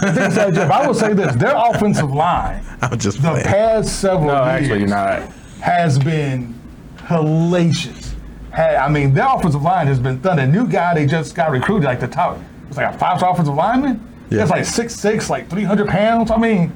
S1: If they can stay out of jail. I would say this: their offensive line,
S4: I'm just
S1: the
S4: playing.
S1: past several
S6: No,
S1: years,
S6: actually not.
S1: has been hellacious. Had, I mean, their offensive line has been thunder. New guy they just got recruited, like the top, it's like a five-star offensive lineman.
S4: Yeah.
S1: That's like six six, like three hundred pounds. I mean,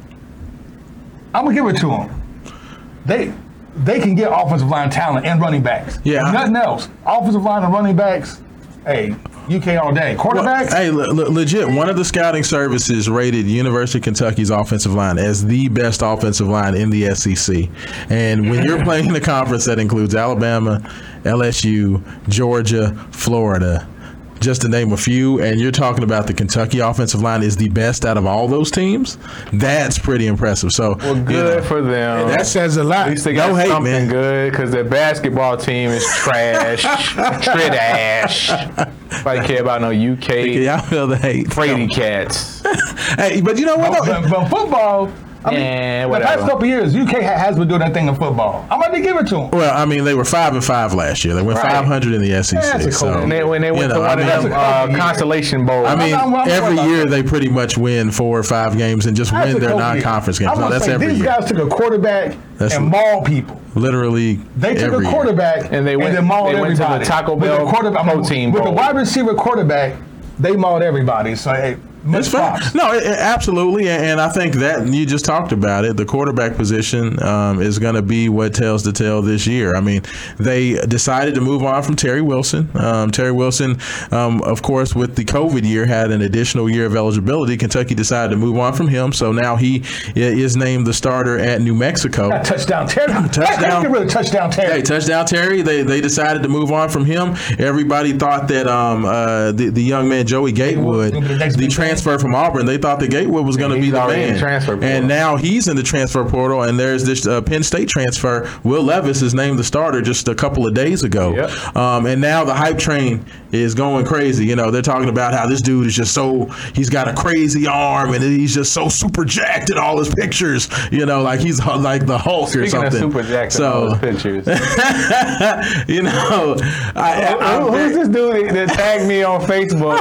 S1: I'm gonna give it to them. They they can get offensive line talent and running backs.
S4: Yeah.
S1: If nothing else. Offensive line and running backs. Hey, UK all day. Quarterbacks.
S4: Hey, le- le- legit, one of the scouting services rated University of Kentucky's offensive line as the best offensive line in the SEC. And when you're playing the conference that includes Alabama, LSU, Georgia, Florida, just to name a few, and you're talking about the Kentucky offensive line is the best out of all those teams, that's pretty impressive. So,
S6: Well,
S4: you
S6: good
S4: know,
S6: for them.
S3: That says a lot.
S6: At least they
S4: No
S6: got
S4: hate,
S6: something
S4: man.
S6: good because their basketball team is trash, trash. Nobody care about no UK
S4: yeah, I feel the hate.
S6: Brady cats.
S4: Hey, but you know what? though?
S1: But, but football. I mean,
S6: Eh,
S1: the
S6: whatever.
S1: past couple years, UK ha- has been doing that thing in football. I'm going to give it to them.
S4: Well, I mean, they were five and five last year. They went
S1: Right.
S4: 500 in the SEC.
S1: That's a
S4: so,
S1: cool-
S6: When they, when they
S4: you
S6: went
S4: know,
S6: to one
S4: I
S6: of
S4: mean-
S6: them uh, consolation bowls,
S4: I mean,
S1: I'm not- I'm
S4: every
S1: not-
S4: year they pretty much win four or five games and just
S1: That's
S4: win
S1: a
S4: their
S1: cool year.
S4: non-conference games.
S1: I'm
S4: No,
S1: gonna
S4: that's
S1: say,
S4: every
S1: these
S4: year.
S1: guys took a quarterback
S4: That's-
S1: and maul people.
S4: Literally,
S1: They took
S4: every
S1: a
S4: year.
S1: quarterback
S6: And they went-
S1: then mauled
S6: they went to the
S1: everybody.
S6: Taco
S1: With a
S6: Bell
S1: quarterback-
S6: protein
S1: with a
S6: bowl.
S1: wide receiver quarterback, they mauled everybody. So hey,
S4: It's fine. No, it, it- absolutely, and, and I think that you just talked about it. The quarterback position um, is going to be what tells the tale this year. I mean, they decided to move on from Terry Wilson. Um, Terry Wilson, um, of course, with the COVID year, had an additional year of eligibility. Kentucky decided to move on from him, so now he i- is named the starter at New Mexico.
S1: touchdown Terry.
S4: Touchdown.
S1: Get rid of touchdown Terry.
S4: Hey, touchdown Terry. They they decided to move on from him. Everybody thought that um uh the, the young man Joey Gatewood,
S1: Gatewood, the next
S4: the
S1: big
S4: transfer from Auburn, they thought that Gatewood was going to be
S6: he's
S4: the
S6: already in
S4: man.
S6: the transfer portal.
S4: and now he's in the transfer portal. And there's this uh, Penn State transfer. Will Levis is named the starter just a couple of days ago.
S6: Yep.
S4: Um, and now the hype train is going crazy. You know they're talking about how this dude is just so he's got a crazy arm and he's just so super jacked in all his pictures. You know like he's uh, like the Hulk or
S6: speaking
S4: something.
S6: of Super Jackson,
S4: So-
S6: those pictures.
S4: you know, I, I,
S6: Who- who's this dude that tagged me on Facebook?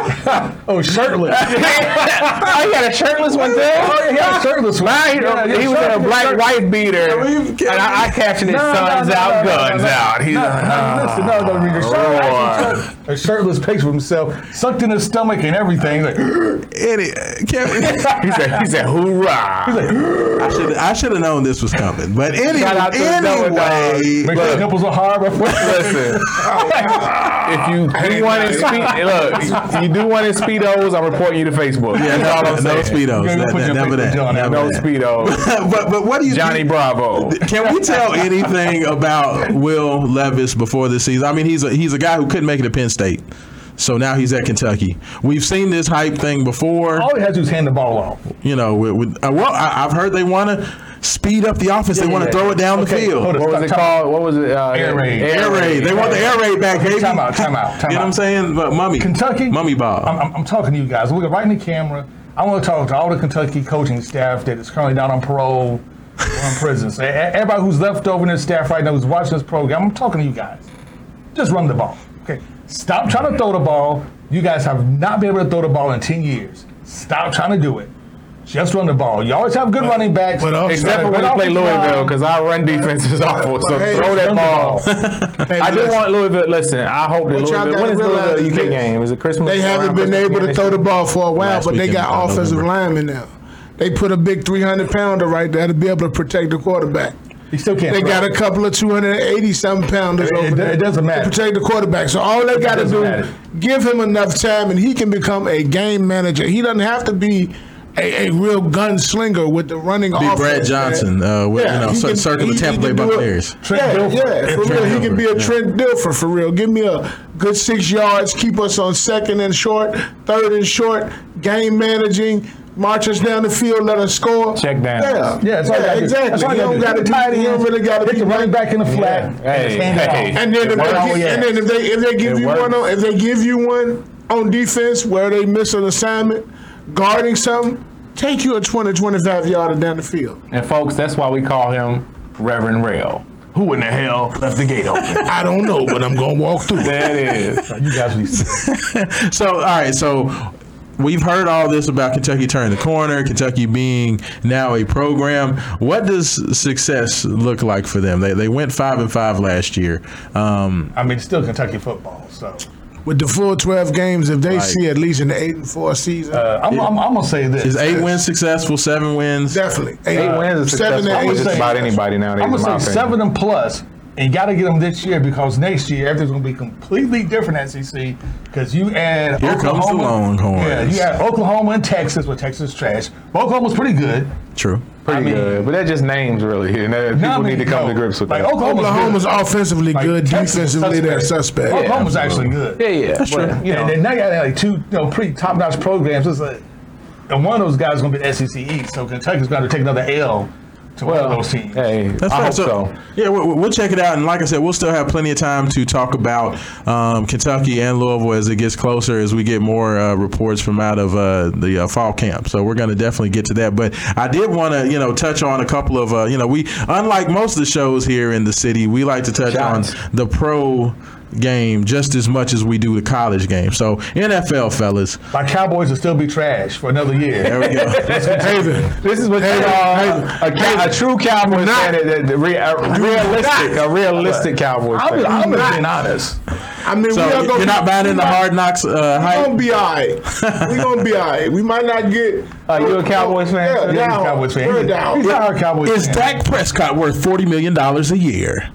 S1: Oh, shirtless.
S6: I got Oh, a shirtless one there.
S1: Oh, yeah, he had a shirtless one.
S6: Mine,
S1: Yeah, yeah,
S6: he was in a
S1: shirtless,
S6: black
S1: shirtless.
S6: wife beater,
S4: Yeah, you
S6: and
S4: kidding
S6: I, I
S4: me?
S6: captioned it "Suns out, guns out." He's uh,
S1: no,
S6: like,
S1: no, listen, no, no, reader.
S6: Roar.
S1: Shirtless, a shirtless picture of himself, sucked in his stomach and everything. Like,
S4: any, can't,
S6: He said, he said, hoorah.
S4: I should I should have known this was coming. But any,
S6: Shout out to Noah, dog.
S1: make
S4: anyway,
S1: sure his nipples are hard.
S6: Listen, if you do want to speed, look, you do want to speedos, I'm reporting you to Facebook.
S4: yeah,
S6: That's all
S4: no,
S6: I'm
S4: no
S6: saying.
S4: speedos,
S1: You're gonna
S4: that-
S1: put
S4: that-
S1: your
S4: never
S1: picture
S4: that,
S1: on that.
S4: never
S6: No
S4: that.
S6: speedos.
S4: But but what do you
S6: Johnny Bravo.
S4: Can we tell anything about Will Levis before this season? I mean, he's a he's a guy who couldn't make it to Penn State, so now he's at Kentucky. We've seen this hype thing before.
S6: Oh.
S1: All he has to do is hand the ball off.
S4: You know, with, with uh, well, I, I've heard they want to speed up the offense. they
S1: yeah,
S4: want to
S1: yeah.
S4: throw it down the
S1: Okay,
S4: field.
S1: hold on.
S6: What was it called? What was it? Uh,
S1: Air raid.
S4: Air raid. They want the air raid back, baby.
S1: Time out, time out, time
S4: You know what I'm
S1: out.
S4: saying? But mummy.
S1: Kentucky?
S4: Mummy Bob.
S1: I'm, I'm, I'm talking to you guys. We're right in the camera. I want to talk to all the Kentucky coaching staff that is currently down on parole or in prison. So e- everybody who's left over in this staff right now who's watching this program, I'm talking to you guys. Just run the ball. Okay. Stop trying to throw the ball. You guys have not been able to throw the ball in 10 years. Stop trying to do it. Just run the ball. You always have good running backs.
S3: but also-
S6: Except for
S1: But
S6: when we
S1: off
S6: play
S1: the
S6: Louisville,
S1: ground.
S6: because our run defense is awful. So
S3: Hey,
S6: throw
S1: Run
S6: that
S1: the
S6: ball.
S3: Hey,
S6: I just
S3: listen,
S6: want Louisville. Listen, I hope that
S3: What y'all
S6: Louisville.
S3: gotta
S6: When is
S3: realize
S6: Louisville
S3: is
S6: UK
S3: this.
S6: game? Is it Christmas?
S3: They haven't
S6: around
S3: been
S6: Christmas
S3: able to
S6: game?
S3: throw the ball for a while,
S4: Last
S3: but they
S4: weekend,
S3: got
S4: uh,
S3: offensive
S4: November.
S3: linemen now. They put a big 300 pounder right there to be able to protect the quarterback.
S1: He still can't.
S3: They
S1: throw.
S3: got a couple of 280 something pounders
S1: It- it-
S3: over there.
S1: it doesn't matter.
S3: To protect the quarterback. So all they got to
S1: doesn't
S3: do
S1: matter.
S3: give him enough time and he can become a game manager. He doesn't have to be a, a real gunslinger with the running
S4: Be
S3: offense.
S4: Brad
S3: man.
S4: Johnson, uh, with, you know,
S3: he
S4: cir-
S3: can-
S4: circle the
S3: he-
S4: Tampa
S3: he
S4: Bay
S3: can do it.
S4: Buccaneers.
S1: Trent
S3: yeah,
S1: Dilfer.
S3: yeah, for
S4: Trent
S3: real. He can be a
S4: Dilfer, yeah.
S3: Trent Dilfer for real. Give me a good six yards, keep us on second and short, third and short, game managing, march us down the field, let us score.
S6: Check downs.
S1: Yeah,
S3: Yeah,
S1: that's all you gotta do.
S3: exactly.
S1: That's all
S3: you
S1: you gotta do.
S3: don't got to
S1: Hit the
S3: tight
S1: tight
S3: end. You don't
S1: ends,
S3: really got to
S1: Hit the running back in the flat.
S6: Hey,
S1: just hand it
S6: hey.
S1: off.
S3: And then if
S6: It works.
S3: they,
S1: Oh, yeah.
S3: and then if they if they give
S6: It
S3: you one
S6: works.
S3: on if they give you one on defense where they miss an assignment, guarding something, take you a 20, 25 yarder down the field.
S6: And folks, that's why we call him Reverend Rail.
S1: Who in the hell left the gate open?
S3: I don't know, but I'm gonna walk through. it.
S1: That is. You guys be
S4: So, all right. So, we've heard all this about Kentucky turning the corner, Kentucky being now a program. What does success look like for them? They, they went five and five last year. Um,
S1: I mean, it's still Kentucky football. So
S3: With the full 12 games, if they
S4: Right.
S3: see at least an eight and four season,
S1: uh, I'm, I'm, I'm gonna say this.
S4: is eight wins successful? Seven wins?
S3: definitely
S6: Eight wins is
S3: seven and
S6: successful with
S3: eight.
S1: would
S6: just
S1: say-
S6: about anybody nowadays.
S1: I'm
S6: in my
S1: gonna say
S6: opinion.
S1: seven and plus, and got to get them this year because next year everything's gonna be completely different SEC because you add
S4: Here comes the
S1: Oklahoma-
S4: Longhorns.
S1: Yeah, you add Oklahoma and Texas, but Texas is trash. Oklahoma's pretty good.
S4: True.
S6: pretty
S1: I mean-
S6: good, but that's just names really, and that, people
S1: I mean,
S6: need to
S1: no,
S6: come to grips with
S1: like
S6: that.
S1: Oklahoma's
S3: Oklahoma's
S1: good.
S3: offensively
S1: Like,
S3: good,
S1: Texas is
S3: defensively they're
S1: suspect.
S3: suspect.
S1: Oklahoma's actually good.
S6: yeah, yeah, that's
S4: true.
S6: You know,
S1: and then now you got like two you know, pretty top notch programs. It's like, and one of those guys is going to be the SEC East, so Kentucky's going to take another L to one of
S6: well,
S1: those teams.
S6: hey,
S4: That's
S6: I
S4: right.
S6: hope
S4: So,
S6: so.
S4: yeah, we'll, we'll check it out, and like I said, we'll still have plenty of time to talk about um, Kentucky and Louisville as it gets closer, as we get more uh, reports from out of uh, the uh, fall camp. So we're going to definitely get to that. But I did want to, you know, touch on a couple of, uh, you know, we unlike most of the shows here in the city, we like to touch
S6: Shots.
S4: on the pro game just as much as we do the college game. So NFL fellas,
S1: My Cowboys will still be trash for another year.
S4: there we go.
S3: Haven,
S6: This is what
S3: Hey,
S6: you all
S3: hey,
S6: a, ca- a true cowboy
S3: not-
S6: fan, a, a, re- a realistic, a realistic cowboy
S1: I'm,
S6: fan.
S1: I'm just being honest.
S3: I mean, we
S4: So
S3: are gonna
S4: you're not buying in the hard knocks uh,
S3: We
S4: hype.
S3: gonna be all right. We gonna be all right. We might not get.
S6: Uh, you a Cowboys
S3: Yeah,
S6: fan? Yeah, he's a
S3: down.
S1: Cowboys fan.
S3: We're
S1: He's-
S3: down.
S1: he's not a Cowboys
S4: Is
S1: fan.
S4: Dak Prescott worth forty million dollars a year?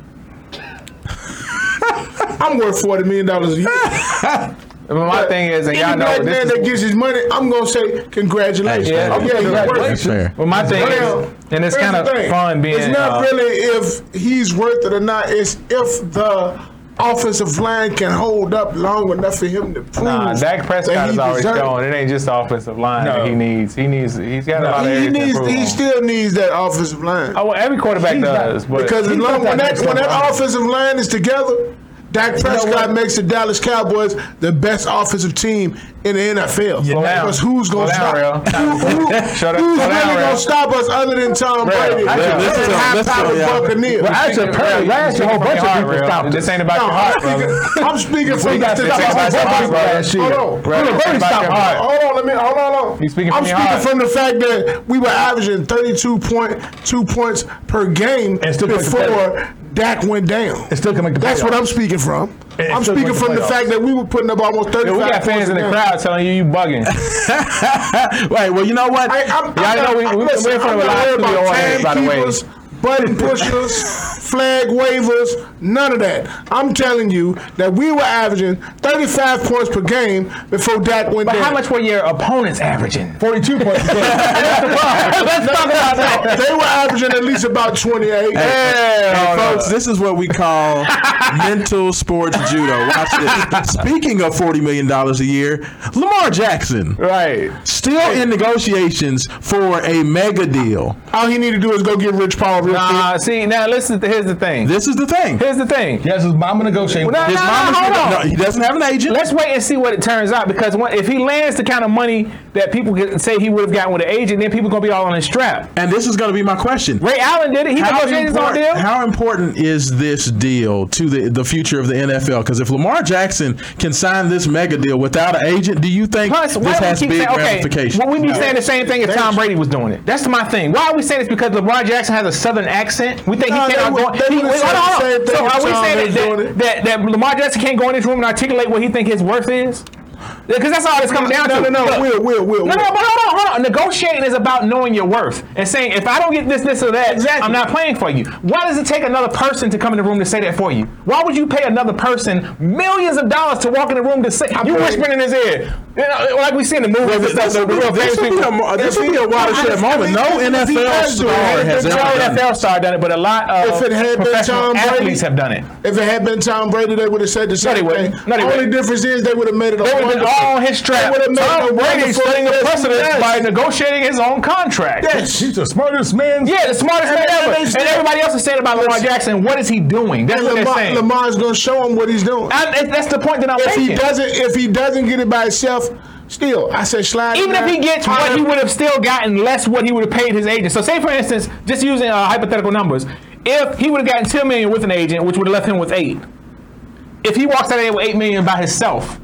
S3: I'm worth forty million dollars a year.
S6: But my thing is, and y'all
S3: Any
S6: know
S3: black
S6: this
S3: man
S6: is,
S3: that gets his money, I'm gonna say congratulations.
S4: Hey,
S6: yeah,
S3: Okay,
S6: yeah,
S3: he's
S6: that's
S3: worth it.
S4: That's fair.
S6: well, my thing
S3: Well,
S6: is, and
S3: here's
S6: it's kind of
S3: the thing.
S6: fun being.
S3: It's not
S6: uh,
S3: really if he's worth it or not. It's if the offensive line can hold up long enough for him to prove.
S6: Nah, Uh, Dak
S3: that
S6: Prescott
S3: he
S6: is already
S3: deserve-
S6: shown. It ain't just the offensive line
S1: No.
S6: that he needs. He needs. He's got a lot of
S3: He, he
S6: areas to
S3: needs.
S6: improve
S3: He
S6: on.
S3: still needs that offensive line.
S6: Oh, well, every quarterback
S1: He's not-
S6: does, but
S3: Because as
S1: He's
S3: long
S1: not
S3: when
S1: that
S3: that when that
S1: good.
S3: offensive line is together, Dak Prescott makes the Dallas Cowboys the best offensive team in the NFL.
S6: Slow down.
S3: Because who's gonna
S6: Slow down,
S3: stop? Who, who-
S6: Shut up.
S3: who's
S6: Slow down,
S3: really
S6: Ralph.
S3: gonna stop us other than Tom
S6: Ralph,
S3: Brady?
S6: Ralph,
S3: and
S4: listen to him, listen to him,
S3: high-powered
S4: yeah.
S3: Buccaneers.
S6: Well, actually, apparently last year a whole bunch of people stopped. This ain't about
S3: No,
S6: your heart,
S3: I'm
S6: brother.
S3: speaking- I'm speaking from
S6: You got
S3: the
S6: to take
S3: Hold
S6: back your heart, brother.
S3: on, hold on.
S6: Right.
S3: Hold on,
S6: Take
S3: Brady,
S6: back
S3: stop
S6: your
S3: me.
S6: heart.
S3: Hold on, let me. Hold on, hold on.
S6: You speaking
S3: I'm
S6: from your
S3: speaking
S6: heart.
S3: from the fact that we were averaging 32.2 points per game
S1: And still
S3: before Dak went down.
S1: It still can make the
S3: That's
S1: playoffs.
S3: what I'm speaking from.
S1: And
S3: I'm
S1: still
S3: speaking
S1: make the
S3: from the
S1: playoffs.
S3: fact that we were putting up almost 35
S6: Yeah, we got fans
S3: points
S6: in
S3: a
S6: the
S3: game.
S6: crowd telling you you bugging.
S4: Wait, well, you know what?
S3: I, I'm,
S6: Yeah, I
S3: I'm
S6: know
S3: not-
S6: we- we-
S3: I'm-
S6: we-
S3: listen,
S6: we're in front
S3: I'm
S6: of a
S3: not
S6: live
S3: worried
S6: studio
S3: about
S6: audience, by the way.
S3: gatekeepers, Button pushers, flag wavers, none of that. I'm telling you that we were averaging 35 points per game before Dak went
S6: But
S3: down.
S6: how much were your opponents averaging?
S1: 42 points. a game.
S6: Let's talk about that.
S3: they were averaging at least about 28.
S4: Hey, folks, this is what we call mental sports judo. Watch this. Speaking of $40 million a year, Lamar Jackson
S6: Right.
S4: still in negotiations for a mega deal.
S3: All he need to do is go get Rich Paul real quick.
S6: Nah, Uh, see, now listen. Here's the thing.
S4: This is the thing.
S6: Here's the thing.
S1: yes, his mama negotiating.
S6: Well,
S4: His
S6: no,
S4: mama's
S6: hold
S4: gonna-
S6: on.
S4: he doesn't have an agent.
S6: Let's wait and see what it turns out because when, if he lands the kind of money that people could say he would have gotten with an agent, then people gonna be all on his strap.
S4: and this is going to be my question.
S6: Ray Allen did it. He
S4: How
S6: negotiated his own deal.
S4: important, how important is this deal to the, the future of the NFL? Because if Lamar Jackson can sign this mega deal without an agent, do you think
S6: Plus, why
S4: this
S6: do we
S4: has big
S6: keep saying, okay,
S4: ramifications?
S6: well, we be saying the same thing if Tom Brady was doing it. That's my thing. Why are we saying this because LeBron Jackson has a Southern accent? We think
S3: No,
S6: he
S3: they
S6: cannot
S3: would-
S6: go.
S3: they
S6: he-
S3: would've
S6: wait,
S3: said
S6: hold on,
S3: the
S6: hold on.
S3: same thing
S6: So
S3: if
S6: are we
S3: Tom
S6: saying
S3: Brady's doing
S6: that,
S3: it?
S6: that, that Lamar Jackson can't go in this room and articulate what he think his worth is? Because that's all it's coming down
S3: No,
S6: to.
S3: no, no,
S6: Look,
S3: Will, Will, Will,
S6: No, no,
S3: Will.
S6: but hold on, hold on. Negotiating is about knowing your worth and saying, if I don't get this, this, or that,
S3: Exactly.
S6: I'm not playing for you. Why does it take another person to come in the room to say that for you? Why would you pay another person millions of dollars to walk in the room to say, you
S3: paying-
S6: whispering in his ear? You know, like we see in the movies and stuff,
S4: This
S6: the
S4: would be
S6: real famous people.
S4: a- this
S6: If
S4: would be
S6: he-
S4: a watershed
S6: I-
S4: moment. No
S6: I mean, if he
S4: NFL
S6: does do it,
S4: star
S6: if
S4: has
S6: the
S4: ever
S6: Joe
S4: done it.
S6: NFL star done it, but a lot of
S3: If it had been
S6: professional
S3: Tom Brady-
S6: athletes have done it.
S3: If it had been Tom Brady, they would have said the
S6: they
S3: same thing.
S6: wouldn't. No, they
S3: Only
S6: wouldn't.
S3: difference is they would have made it a
S6: They would have been
S3: wonderful-
S6: all his trap.
S3: They would have made it a
S6: Tom Brady
S3: wonderful
S6: setting a
S3: investment.
S6: precedent
S3: Yes.
S6: by negotiating his own contract.
S3: Yes.
S1: He's the smartest man.
S6: Yeah, the smartest
S3: And
S6: man
S3: then
S6: ever.
S3: they
S6: And
S3: said-
S6: everybody else is saying about Lamar Jackson, what is he doing? That's
S3: And
S6: what they're
S3: Lamar,
S6: saying.
S3: Lamar's going to show him what he's doing.
S6: I- that- that's the point that I'm
S3: if
S6: making.
S3: he doesn't, if he doesn't get it by himself, still, I said slide. it
S6: even if
S3: down.
S6: he gets
S3: Holler-
S6: what he would have still gotten less what he would have paid his agent. So say for instance, just using uh, hypothetical numbers, If he would have gotten 10 million with an agent, which would have left him with eight. If he walks out of there with eight million by himself,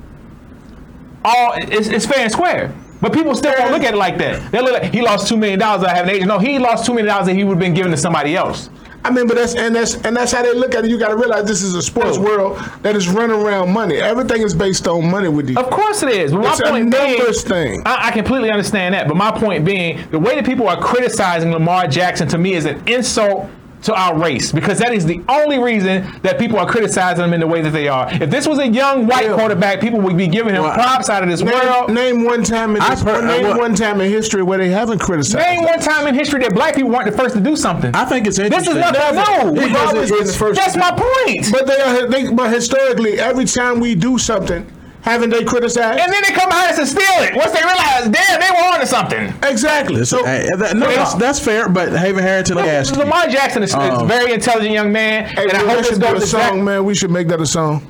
S6: all it's, it's fair and square. But people still don't look at it like that. They look like he lost two million dollars. I have an agent. No, he lost two million dollars that he would have been given to somebody else.
S3: I mean, but that's and that's and that's how they look at it. You got to realize this is a sports
S6: Oh.
S3: world that is run around money. Everything is based on money with these.
S6: Of course it is. But my
S3: It's a
S6: point being,
S3: numbers thing.
S6: I, I completely understand that. But my point being, the way that people are criticizing Lamar Jackson to me is an insult to our race because that is the only reason that people are criticizing him in the way that they are. If this was a young white
S3: Yeah.
S6: quarterback, people would be giving him
S4: Well,
S6: props out of this world.
S3: Name, name one time in
S4: I
S3: this,
S4: per-
S3: name
S4: I wa-
S3: one time in history where they haven't criticized.
S6: Name
S3: them.
S6: one time in history that black people weren't the first to do something.
S4: I think it's
S6: this
S4: interesting.
S6: is not no.
S4: It
S6: We've
S4: is-
S6: always-
S4: it is first-
S6: That's my point.
S3: But they are. They, but historically, every time we do something, haven't they criticized?
S6: and then they come behind us and steal it. Once they realize, damn, they were onto something.
S3: exactly.
S4: Listen,
S3: so
S4: hey, that- no, that's, that's fair, but Haven Harrington, let me ask you.
S6: Lamar Jackson is, is a
S4: Um,
S6: very intelligent young man,
S3: hey,
S6: and I
S3: man, that
S6: hope this
S3: should be
S6: goes
S3: a
S6: to
S3: song,
S6: Jack-
S3: man. We should make that a song.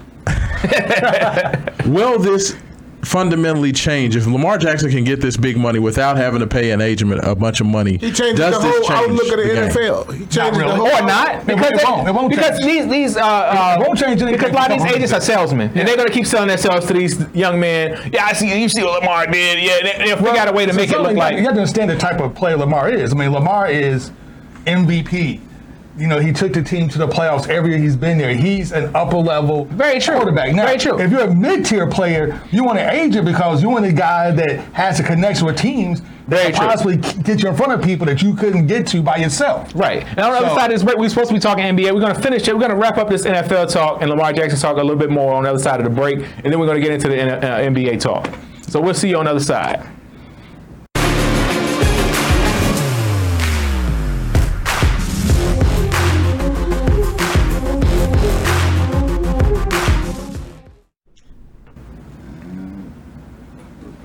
S4: Will this fundamentally change if Lamar Jackson can get this big money without having to pay an agent a bunch of money?
S3: He changed the
S4: this
S3: whole
S4: change
S3: outlook of the,
S4: game?
S3: NFL. He changed
S1: really.
S3: the whole
S6: or not because
S1: it
S6: they-
S1: won't. It won't
S6: because these these uh, uh
S1: won't change anything
S6: because a lot of these
S1: about
S6: agents are salesmen and they're gonna keep selling themselves to these young men. Yeah, I see you see what Lamar did. Yeah, they, they figure out a way to
S1: So
S6: make it look
S1: something-
S6: like
S1: you have to understand the type of player Lamar is. I mean, Lamar is MVP. You know, he took the team to the playoffs every year he's been there. He's an upper level
S6: Very true.
S1: quarterback. Now,
S6: Very true.
S1: if you're a mid tier player, you want an agent because you want a guy that has a connection with teams
S6: Very
S1: that can
S6: true.
S1: possibly k- get you in front of people that you couldn't get to by yourself.
S6: Right. And on the other
S1: So-
S6: side of this break, we're supposed to be talking NBA. We're going to finish it. We're going to wrap up this NFL talk and Lamar Jackson talk a little bit more on the other side of the break, and then we're going to get into the N- uh, NBA talk. So we'll see you on the other side.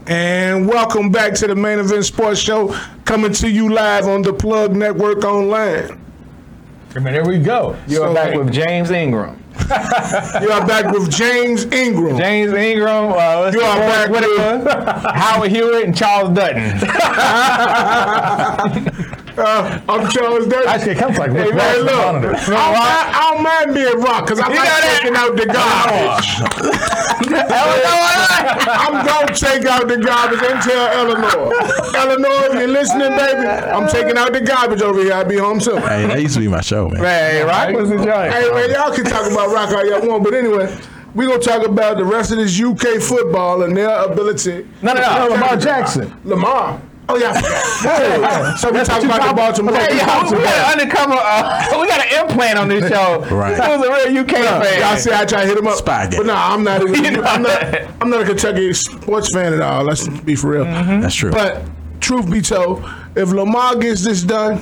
S3: And welcome back to the Main Event Sports Show, coming to you live on the Plug Network Online.
S1: I mean, there we go.
S6: You're
S1: So-
S6: back with James Ingram.
S3: You are back with James Ingram.
S6: James Ingram. Uh, let's
S3: you are
S6: see,
S3: back
S6: Whitaker,
S3: with
S6: Howard Hewitt and Charles Dutton.
S3: uh, I'm Charles Davis.
S1: Actually, it comes like
S3: Hey,
S1: Rick
S3: man,
S1: Ross
S3: look, I
S1: and
S3: don't,
S1: Donovan.
S3: mind, I don't mind being rock because I
S6: know
S3: like
S6: that?
S3: taking out the garbage. I'm gonna take out the garbage and tell Eleanor. Eleanor, if you're listening, baby, I'm taking out the garbage over here. I'll be home soon.
S4: Hey, that used to be my show, man.
S6: Hey, uh, Rock was the joint.
S3: Hey man, y'all can talk about rock all y'all want, but anyway, we gonna talk about the rest of this UK football and their ability.
S6: No, no, no.
S1: Lamar Jackson.
S3: Lamar. Oh yeah. Yeah. so we talk about the Baltimore.
S6: Hey, yo, we got an undercover. Uh, we got an implant on this show.
S4: Right.
S6: This was a real UK fan.
S3: Y'all see, I try to hit him up,
S4: Spy game.
S3: but no, I'm not.
S6: You know
S3: I'm not.
S6: that.
S3: I'm not a Kentucky sports fan at all. Let's be for real.
S6: Mm-hmm.
S4: That's true.
S3: But truth be told, if Lamar gets this done,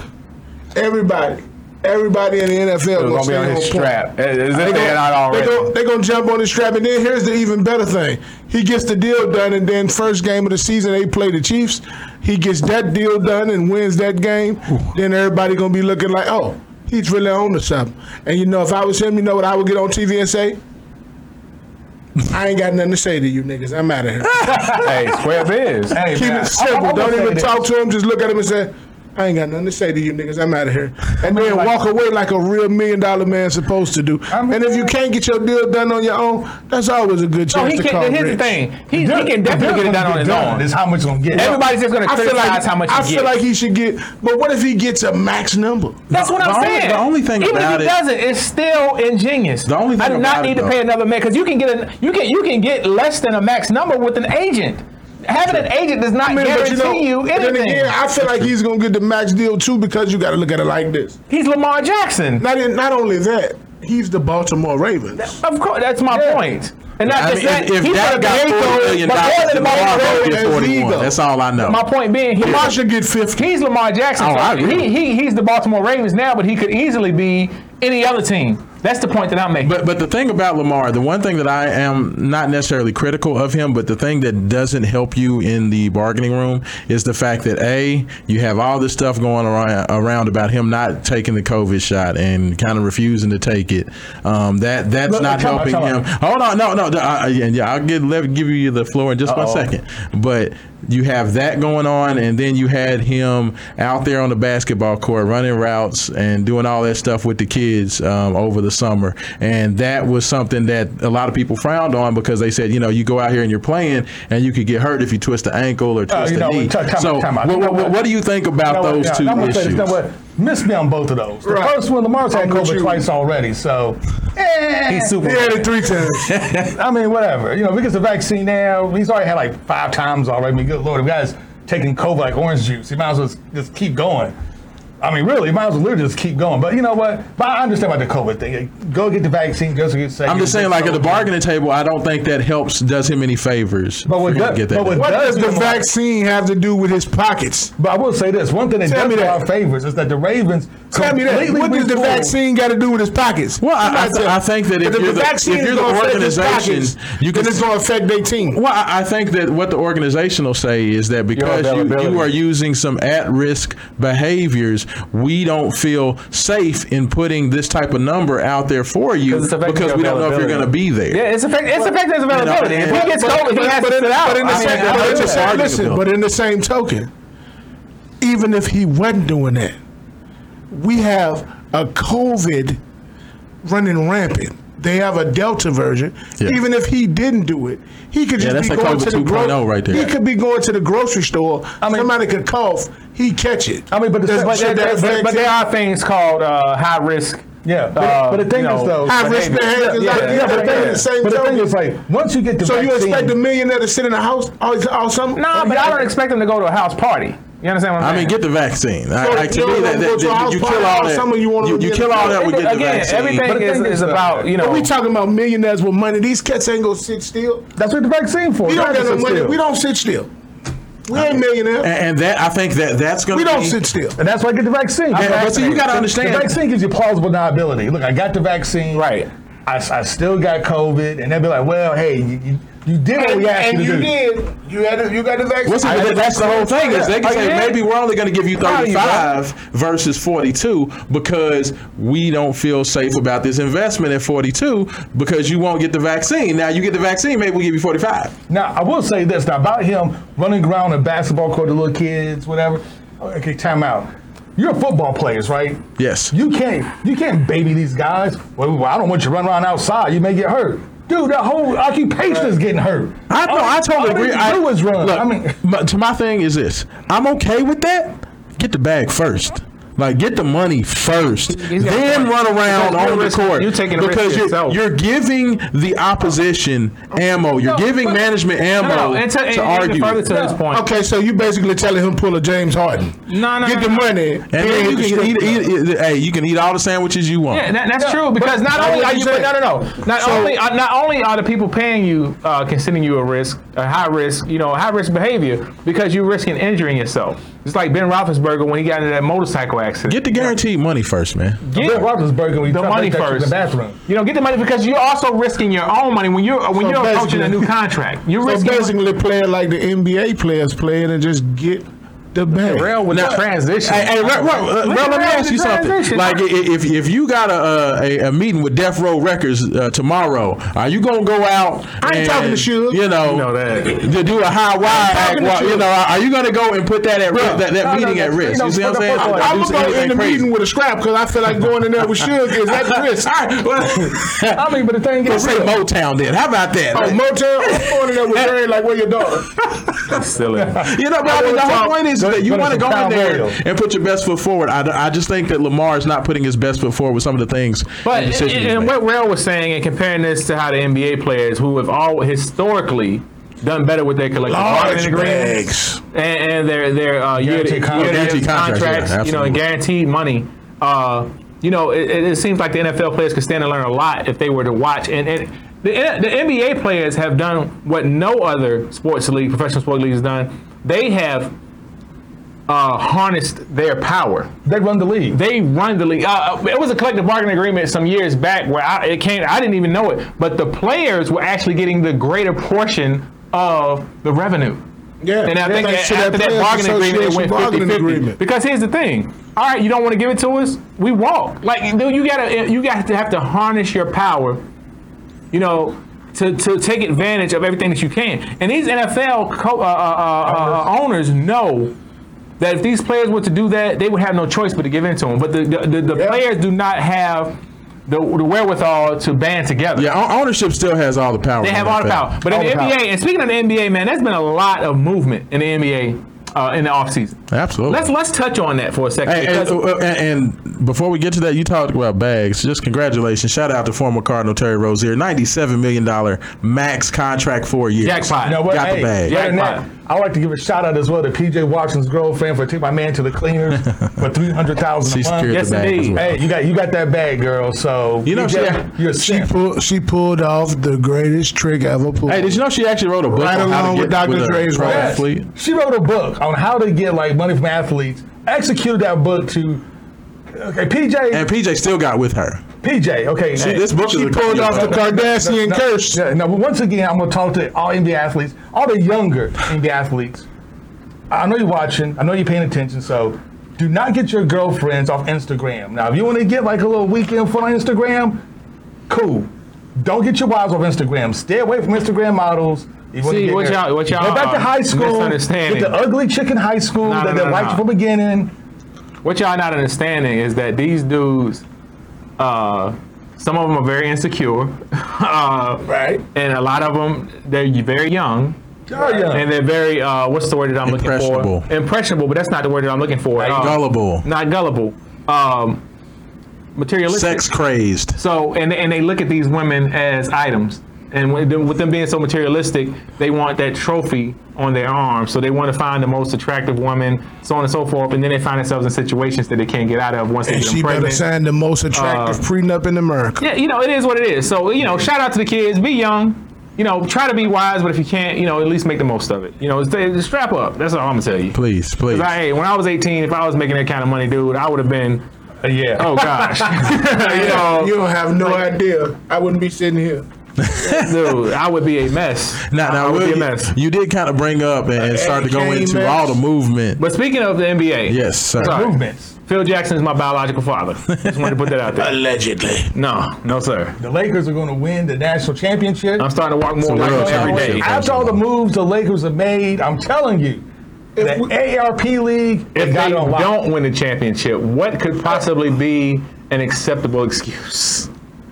S3: everybody, everybody in the NFL
S6: It
S3: gonna,
S6: was
S3: stay
S6: gonna be on
S3: on
S6: his
S3: point.
S6: strap. Is is
S3: They
S6: this thing not
S3: gon- they
S6: already?
S3: gon- they gonna jump on his strap, and then here's the even better thing: he gets the deal done, and then first game of the season they play the Chiefs. He gets that deal done and wins that game. Then everybody gonna be looking like, oh, he's really on to something. And you know, if I was him, you know what I would get on TV and say. I ain't got nothing to say to you niggas. I'm out of here.
S6: Hey, square biz.
S1: Hey,
S3: Keep
S1: man,
S3: it
S1: I'm-
S3: simple.
S1: I'm gonna
S3: Don't
S1: say
S3: even
S1: this.
S3: talk to him. Just look at him and say, I ain't got nothing to say to you niggas. I'm out of here. And then walk away like a real million dollar man supposed to do.
S1: I mean-
S3: and if you can't get your deal done on your own, that's always a good
S6: No,
S3: chance
S6: he
S3: to call
S6: can, here's the
S3: Rich.
S6: thing. He, he can definitely get it done on his own.
S1: Is how much gonna get
S6: Everybody's just gonna
S3: I feel
S6: criticize
S3: like
S6: how much.
S3: I
S6: he
S3: feel
S6: gets.
S3: like he should get. But what if he gets a max number?
S6: That's what I'm
S4: the only-
S6: saying.
S4: the only thing
S6: Even
S4: about
S6: if he
S4: it-
S6: doesn't, it's still ingenious.
S4: The only
S6: I
S4: thing
S6: do not
S4: about it,
S6: need to
S4: though-
S6: pay another man because you can get an you can you can get less than a max number with an agent. Having an agent does not
S3: I mean,
S6: guarantee you,
S3: but
S6: anything.
S3: then again, I feel like he's gonna get the max deal too because you got to look at it like this.
S6: He's Lamar Jackson.
S3: Not in, not only that, he's the Baltimore Ravens.
S6: Of course, that's my point. And not
S4: I
S6: just
S4: mean,
S6: that,
S4: if, if
S6: he's
S4: that
S6: gonna
S4: got
S6: create
S4: $40
S6: those-
S4: million,
S6: but more than
S4: then
S6: Lamar
S4: Lamar
S6: Jackson
S4: won't get
S6: is
S4: 41.
S6: ego.
S4: That's all I know.
S6: My point being, he
S3: Lamar should get 50.
S6: He's Lamar Jackson.
S4: Oh, I
S6: So
S4: agree.
S6: he, he he's the Baltimore Ravens now, but he could easily be any other team. That's the point that I'm making.
S4: But but the thing about Lamar, the one thing that I am not necessarily critical of him, but the thing that doesn't help you in the bargaining room is the fact that a you have all this stuff going around, around about him not taking the COVID shot and kind of refusing to take it. Um, that that's
S1: Look,
S4: not
S1: come on,
S4: helping
S1: come on.
S4: him. Hold on, no, no, I, I- yeah, I'll get let give you the floor in just one second. But you have that going on, and then you had him out there on the basketball court running routes and doing all that stuff with the kids um, over the summer. And that was something that a lot of people frowned on because they said, you know, you go out here and you're playing, and you could get hurt if you twist an ankle or twist
S1: you know,
S4: a knee.
S1: time- time-
S4: so,
S1: time out.
S4: what,
S1: You know
S4: what-
S1: what?
S4: what do you think about
S1: You know what?
S4: those
S1: Yeah,
S4: two
S1: I'm gonna say
S4: issues?
S1: this, you know what? Miss me on both of those. The
S3: Right.
S1: first one, Lamar's had
S3: I'm with
S1: COVID
S3: you.
S1: twice already, so eh,
S6: He's
S3: He
S6: super.
S3: had it three times.
S1: I mean, whatever. You know, if he gets the vaccine now, he's already had like five times already. I mean, good lord, if guys taking COVID like orange juice, he might as well just keep going. I mean, really, he might as well literally just keep going. But you know what? But I understand about the COVID thing. Go get the vaccine. Go get safe.
S4: I'm just saying, like at the bargaining table, I don't think that helps does him any favors.
S1: But what
S4: for him to
S1: does-
S4: get that
S1: but what
S4: done.
S3: What does the
S1: Lamar-
S3: vaccine have to do with his pockets?
S1: But I will say this: one thing that
S3: Tell
S1: does
S3: me
S1: for
S3: that.
S1: our favors is that the Ravens
S3: Tell me that.
S1: completely
S3: What does the
S1: retooled-
S3: vaccine got to do with his pockets?
S4: Well, I- I
S3: Somebody
S4: th-
S3: tell
S4: I
S3: me.
S4: think that if
S3: the
S4: you're the-
S3: vaccine
S4: if
S3: is
S4: you're the
S3: gonna affect his
S4: organization,
S3: pockets,
S4: you can-
S3: then it's going to affect their team.
S4: Well, I I think that what the organization will say is that because you, you
S6: availability.
S4: are using some at risk behaviors, we don't feel safe in putting this type of number out there for you
S6: 'Cause it's affecting
S4: because
S6: your
S4: we don't know if you're going to
S6: availability.
S4: be there.
S6: Yeah, it's affect, it's affecting his availability.
S4: and-
S6: if he gets COVID, he has to
S3: in-
S6: sit out.
S3: in the
S6: I mean,
S3: same-
S4: I
S3: but in
S4: think
S3: the
S4: it's
S3: same-
S4: arguable.
S3: listen, but in the same token, even if he wasn't doing that, we have a COVID running rampant. They have a Delta version.
S4: Yeah.
S3: Even if he didn't do it, he could just
S4: Yeah, that's
S3: be
S4: like
S3: going
S4: COVID
S3: to the
S4: 2.0
S3: grocery
S4: right there.
S3: He could be going to the grocery store. somebody could cough. He catch it.
S1: I mean, but the-
S3: Does-
S6: But,
S3: should
S6: there,
S3: that
S6: there- but,
S3: affect
S6: but there
S3: him?
S6: are things called uh, high risk.
S1: Yeah, but,
S6: Uh,
S1: but the thing
S6: you
S1: is
S6: know,
S1: though,
S3: high risk
S1: yeah,
S3: behavior.
S1: yeah,
S3: Yeah,
S1: but the thing
S3: yeah.
S1: is,
S3: Same
S1: but the thing
S3: token.
S1: is like once you get the
S3: So you
S1: vaccine,
S3: expect a millionaire to sit in a house all, all summer?
S6: No, but I don't expect him to go to a house party. You understand what I'm
S4: I
S6: saying?
S4: mean, get the vaccine. I,
S3: So
S4: I, to
S3: you
S4: me,
S3: don't
S4: that,
S3: go
S4: that,
S3: to a
S4: that-
S3: house
S4: you
S3: party
S4: kill all
S3: or
S4: that.
S3: something, you wanna
S4: You,
S3: go
S4: you
S3: get
S4: kill
S3: the
S4: all that with
S6: Everything-
S4: getting the
S6: again,
S4: vaccine.
S1: But
S6: everything
S1: the
S6: is,
S1: thing is,
S6: is uh,
S1: though,
S6: about you know.
S3: We talking about millionaires with money. These cats ain't gonna sit still.
S1: that's what the vaccine for.
S3: We don't
S1: That's
S3: got no
S1: what's
S3: money.
S1: still.
S3: We don't sit still. We ain't millionaires.
S4: and, and that I think that that's going to
S3: We
S4: be,
S3: don't sit still.
S1: And that's why I get the vaccine.
S4: Yeah, but see, you gotta
S1: The-
S4: understand-
S1: The vaccine gives you plausible deniability. Look, I got the vaccine.
S6: Right.
S1: I, I still got COVID. And they'd be like, well, hey, you, you, you did what we asked you to do.
S3: did. You had. a- You got the vaccine.
S4: What's
S3: I-
S4: it, that's the whole thing is they can
S6: Are
S4: say
S6: you in?
S4: maybe we're only going to give you
S6: Proud of you, bro.
S4: 35 versus 42 because we don't feel safe about this investment at 42 because you won't get the vaccine. Now you get the vaccine, maybe we'll give you 45.
S1: Now, I will say this. Now, about him running around a basketball court to little kids, whatever. Okay, time out. You're football players, right?
S4: Yes.
S1: You can't you can't baby these guys. Well, well, I don't want you to run around outside. You may get hurt. Dude, that whole occupation is getting hurt.
S4: I know. I totally
S1: all they
S4: agree.
S1: can
S4: I,
S1: do is run.
S4: Look,
S1: I mean-
S4: my, to my thing is this: I'm okay with that. Get the bag first. Like get the money first,
S6: He's got
S4: then
S6: a point.
S4: run around
S6: Because you're
S4: on the
S6: risking-
S4: court.
S6: you're taking a risk
S4: because you're,
S6: yourself.
S4: you're giving the opposition ammo. You're
S6: No,
S4: giving
S6: but-
S4: management ammo
S6: no, no, and
S4: to,
S6: to, and,
S4: argue.
S6: And further to his point.
S3: Okay, so you basically telling him pull a James Harden.
S6: No, no,
S3: Get
S6: no,
S3: the
S6: no.
S3: money.
S4: And then you can eat, eat, eat- hey, you can eat all the sandwiches you want.
S6: Yeah, that, that's
S1: No,
S6: true
S1: but-
S6: Oh, because not
S1: but
S6: only
S1: like
S6: are
S1: you
S6: you
S1: said-
S6: no no no not only uh, not only are the people paying you uh, considering you a risk a high risk you know high risk behavior because you're risking injuring yourself. It's like Ben Roethlisberger when he got into that motorcycle accident.
S4: Get the guaranteed money first, man.
S6: Get
S1: Ben Roethlisberger, when you
S6: the
S1: try to
S6: money
S1: make that shit in
S6: first.
S1: the bathroom.
S6: You know, get the money because you're also risking your own money when you're when
S3: So
S6: you're approaching a
S3: basically-
S6: new contract. You're
S3: So
S6: risking.
S3: basically, playing like the NBA players playing and just get the bag.
S6: with
S4: Now-
S6: transition.
S4: Hey, hey, Rel, Rel, Rel,
S6: Look at
S4: let me
S6: Rel,
S4: ask you
S6: the
S4: something.
S6: transition.
S4: Like, i- i- if if you got a uh, a, a meeting with Death Row Records uh, tomorrow, are you gonna go out?
S3: I ain't
S4: and,
S3: talking to Suge.
S4: You know,
S6: You know that.
S4: to do a high wide.
S3: talking to
S4: act,
S3: Suge.
S4: you know, are you gonna go and put that at risk, that, that
S1: no,
S4: meeting
S1: no,
S4: at
S1: no,
S4: risk?
S1: no,
S4: You see what I'm
S1: fuck
S4: saying?
S1: up, fuck up.
S4: Or
S3: I'm
S4: do
S3: gonna go in
S4: anything
S3: the
S4: crazy?
S3: meeting with a scrap because I feel like going in there with Suge is at risk.
S1: I mean, but the thing
S4: Let's
S1: is,
S4: say
S1: real.
S4: Motown then. How about that?
S3: Oh, Motel, I'm going in there with Jerry like where your daughter.
S6: silly.
S4: You know, but I mean, the whole point is that you
S1: but
S4: want to
S1: it's
S4: go
S1: a
S4: in
S1: foul
S4: there
S1: ball.
S4: and put your best foot forward. I, I just think that Lamar is not putting his best foot forward with some of the things
S6: But
S4: and
S6: and,
S4: decisions. he's
S6: and
S4: made.
S6: what Rail was saying, and comparing this to how the NBA players, who have all historically done better with their collective bargaining agreements and, and their their uh, year
S1: Guaranteed con-
S4: guaranteed contracts,
S6: contracts,
S4: yeah,
S6: you know,
S4: absolutely.
S6: and guaranteed money. Uh, you know, it, it, it seems like the NFL players could stand to learn a lot if they were to watch. And, and the, the NBA players have done what no other sports league, professional sports league, has done. They have uh, harnessed their power
S1: they run the league.
S6: they run the league. Uh, uh, it was a collective bargaining agreement some years back where I, it came. I didn't even know it, but the players were actually getting the greater portion of the revenue.
S3: Yeah.
S6: And I
S3: That's
S6: think
S3: like
S6: that
S3: to
S6: after that
S3: Players
S6: bargaining agreement, it
S3: Association
S6: went
S3: bargaining
S6: 50
S3: agreement.
S6: Because here's the thing. All right, you don't want to give it to us. We walk. Like dude, you gotta, you got to have to harness your power. You know, to, to take advantage of everything that you can. And these NFL co- uh, uh, uh, uh, owners know that if these players were to do that, they would have no choice but to give in to them. But the the, the, the
S3: Yeah.
S6: players do not have the, the wherewithal to band together.
S4: Yeah, o- ownership still has all the power.
S6: They
S4: in
S6: have
S4: the
S6: all the
S4: NFL.
S6: power. But in
S1: All
S6: the
S1: the power.
S6: NBA, and speaking of the NBA, man, there's been a lot of movement in the NBA uh, in the offseason.
S4: Absolutely.
S6: Let's let's touch on that for a second.
S4: Hey, and,
S6: because-
S4: uh, and, and before we get to that, you talked about bags. Just congratulations. Shout out to former Cardinal Terry Rozier. $97 million max contract for a year.
S6: jackpot.
S1: You know what?
S4: Got the
S1: hey,
S4: bag.
S1: better than
S6: Jackpot.
S1: that, I would like to give a shout out as well to PJ Watson's girlfriend for taking my man to the cleaners for three hundred thousand
S4: She
S1: a month.
S4: secured
S6: Yes,
S4: the bag as
S6: indeed.
S4: well.
S1: Hey, you got you got that bag, girl. So
S4: You know
S1: PJ,
S4: she-
S1: you're a
S3: She
S1: simp.
S3: pulled. She pulled off the greatest trick ever pulled.
S4: Hey, did you know she actually wrote a book
S3: Right
S4: on how
S3: along
S4: to
S3: with
S4: get
S3: Dr.
S4: a
S3: Dre's
S4: pro
S3: book.
S4: athlete?
S1: She wrote a book on how to get like money from athletes. Executed that book to okay PJ
S4: And PJ still got with her.
S1: PJ. Okay,
S4: See, this book
S3: she
S4: is a-
S3: pulled off the Kardashian
S1: No,
S3: curse.
S1: Yeah, now, but once again, I'm going to talk to all NBA athletes, all the younger NBA athletes. I know you're watching. I know you're paying attention. So, do not get your girlfriends off Instagram. Now, if you want to get like a little weekend fun on Instagram, cool. Don't get your wives off Instagram. Stay away from Instagram models. You wanna
S6: See,
S1: get
S6: what
S1: married.
S6: y'all- what y'all
S1: Go back
S6: are
S1: to high school.
S6: misunderstanding.
S1: Get the ugly chick in high school
S6: No,
S1: that
S6: no,
S1: they
S6: no,
S1: liked
S6: no.
S1: from the beginning.
S6: what y'all not understanding is that these dudes, uh, some of them are very insecure, uh,
S1: Right.
S6: and a lot of them they're very young
S1: Oh, yeah.
S6: and they're very uh, what's the word that I'm looking
S4: Impressionable.
S6: for? Impressionable, but that's not the word that I'm looking for. at all.
S4: Gullible.
S6: Not gullible. Um, materialistic.
S4: Sex crazed.
S6: So and and they look at these women as items, and with them, with them being so materialistic, they want that trophy on their arm. So they want to find the most attractive woman, so on and so forth. And then they find themselves in situations that they can't get out of once they
S3: And
S6: get
S3: she better
S6: pregnant. Uh,
S3: sign the most attractive prenup in America.
S6: yeah, you know it is what it is. So you know, shout out to the kids. Be young. You know, try to be wise, but if you can't, you know, at least make the most of it. You know, stay, strap up. That's all I'm gonna tell you.
S4: Please, please.
S6: 'Cause I, hey, when I was 18, if I was making that kind of money, dude, I would have been,
S1: yeah.
S6: oh gosh, you know,
S3: You don't have no idea. I wouldn't be sitting here.
S6: dude, I would be a mess.
S4: Now,
S6: I-
S4: now
S6: I would
S4: Will,
S6: be a
S4: you-
S6: mess.
S4: you did kind of bring up and, and start to go
S3: Hey,
S4: into
S3: K-Max.
S4: all the movement.
S6: But speaking of the NBA,
S4: Yes, sir.
S1: Movements.
S6: Phil Jackson is my biological father. Just wanted to put that out there.
S3: Allegedly.
S6: No, no, sir.
S1: The Lakers are going to win the national championship.
S6: I'm starting to walk more
S4: a
S6: like
S4: real
S6: him every
S4: championship.
S6: day.
S1: After all the moves the Lakers have made, I'm telling you, the ARP League
S6: If they
S1: got it on lock.
S6: don't win the championship, what could possibly be an acceptable excuse?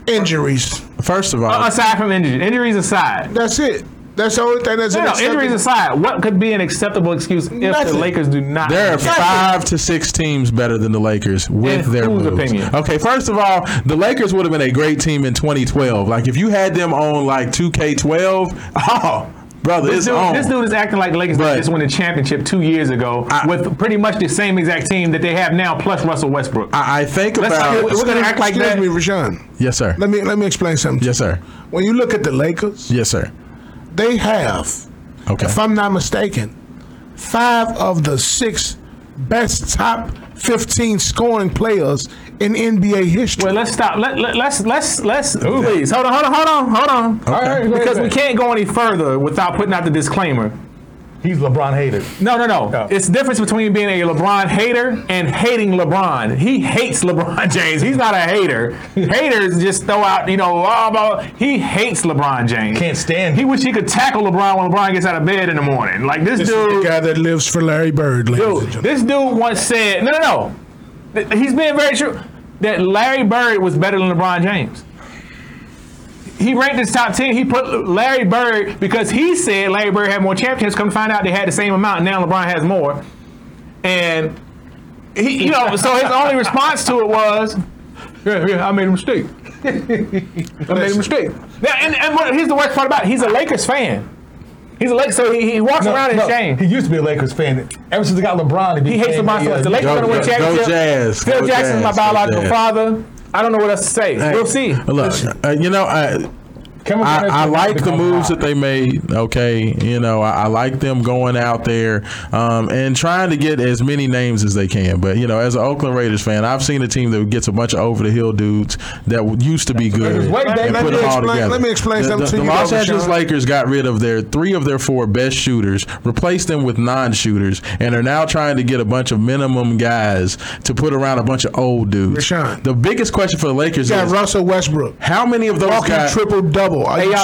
S3: Injuries.
S4: First of all,
S6: Aside from injuries, injuries aside.
S3: That's it. That's the only thing that's
S6: No, no,
S3: acceptable.
S6: injuries uh, aside, what could be an acceptable excuse if the
S3: Nothing.
S6: Lakers do not?
S4: There are
S6: win the
S4: five to six teams better than the Lakers with
S6: In
S4: their
S6: whose
S4: moves.
S6: opinion?
S4: Okay, first of all, the Lakers would have been a great team in 2012. Like if you had them on like 2K12, oh, brother,
S6: This
S4: it's
S6: dude,
S4: on.
S6: this dude is acting like the Lakers
S4: But-
S6: just won the championship two years ago
S4: I-
S6: with pretty much the same exact team that they have now, plus Russell Westbrook.
S4: I, I think
S6: Let's
S4: about
S6: not- we're gonna act like
S3: Excuse
S6: that.
S3: me, Rashawn.
S4: yes, sir.
S3: Let me let me explain something. to
S4: Yes, sir.
S3: you. When you look at the Lakers,
S4: Yes, sir.
S3: they have,
S4: Okay.
S3: if I'm not mistaken, five of the six best top 15 scoring players in NBA history.
S6: Well, let's stop. Let, let, let's let's let's please hold on, hold on, hold on, hold on.
S1: All right, go ahead,
S6: Because
S1: go
S6: we
S1: ahead.
S6: can't go any further without putting out the disclaimer.
S1: He's LeBron hated.
S6: No, no, no.
S1: Yeah.
S6: It's the difference between being a LeBron hater and hating LeBron. He hates LeBron James. He's not a hater. Haters just throw out, you know, blah, blah. He hates LeBron James.
S1: Can't stand
S6: He
S1: him.
S6: wish he could tackle LeBron when LeBron gets out of bed in the morning. Like this,
S3: This
S6: dude.
S3: is the guy that lives for Larry Bird, ladies and
S6: Dude,
S3: gentlemen.
S6: this dude once said, no, no, no. Th- He's being very true. That Larry Bird was better than LeBron James. He ranked his top 10. He put Larry Bird because he said Larry Bird had more championships. Come to find out they had the same amount. Now LeBron has more. And he, you know, so his only response to it was, yeah, yeah, I made a mistake. I made a mistake. Now, and, and what- here's the worst part about it. He's a Lakers fan. He's a Lakers, so he, he walks around in
S1: No,
S6: shame.
S1: He used to be a Lakers fan. Ever since he uh, got LeBron,
S6: He hates LeBron so much. The Lakers
S4: Go-
S6: are going to win
S4: go-
S6: championship.
S4: go Jazz.
S6: Phil
S4: Go
S6: Jackson's my
S4: Jazz. Go
S6: biological
S4: Jazz.
S6: father. I don't know what else to say. we'll see.
S4: Look, uh, you know, I, I, I like the moves that they made. Okay, you know, I, I like them going out there um, and trying to get as many names as they can. But you know, as an Oakland Raiders fan, I've seen a team that gets a bunch of over the hill dudes that w- used to be good.
S1: Wait,
S4: and
S1: let-
S4: put them
S1: let me
S4: all
S3: explain-
S4: together.
S3: let me explain
S4: The-
S3: something
S4: the,
S3: to
S4: the
S3: you,
S4: Los
S3: though,
S4: Angeles
S3: Rashawn.
S4: Lakers got rid of their three of their four best shooters, replaced them with non-shooters, and are now trying to get a bunch of minimum guys to put around a bunch of old dudes.
S3: Rashawn.
S4: The biggest question for the Lakers
S3: You got
S4: is
S3: Russell Westbrook.
S4: how many of those
S3: Walking
S4: guys
S3: triple double. double. Are
S2: Hey,
S3: you
S2: y'all,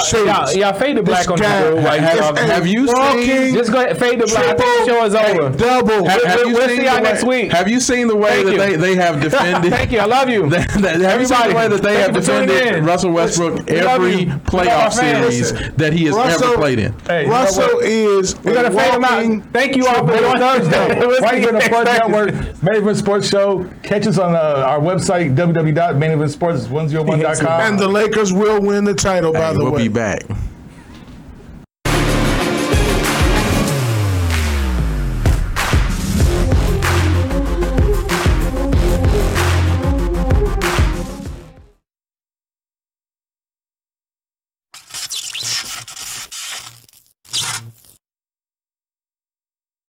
S2: y'all,
S3: serious?
S2: y'all fade the black
S3: This
S2: on the
S3: guy
S2: girl. Like,
S3: has
S2: y'all-
S3: a
S4: have you seen-
S3: walking
S2: just go ahead, fade the black. I think the
S3: triple
S2: show is
S3: and
S2: over.
S3: Double.
S4: Have- have
S2: We'll-
S4: you
S2: we'll
S4: seen
S2: see
S4: the
S2: y'all
S4: way-
S2: next week.
S4: Have you seen the way
S2: Thank
S4: that
S2: you.
S4: they, they have defended?
S2: Thank you. I love you.
S4: that, that, have you seen the way that they have
S2: Everybody, thank you for tuning
S4: defended
S2: in.
S4: Russell Westbrook
S2: we love
S4: every
S2: you. We love our
S4: playoff
S2: fans.
S4: series that he has ever
S3: Russell-
S4: played in?
S1: Hey, you know
S3: Russell
S1: what?
S3: is
S2: We're gonna fade them out. Thank you all for joining Thursday.
S1: Right here on the Fun Network, Main Event Sports Show. Catch us on uh, oh our website, www.maineventsports101.com.
S3: and the Lakers will win the title. by
S4: Hey,
S3: the
S4: we'll
S3: way,
S4: be back.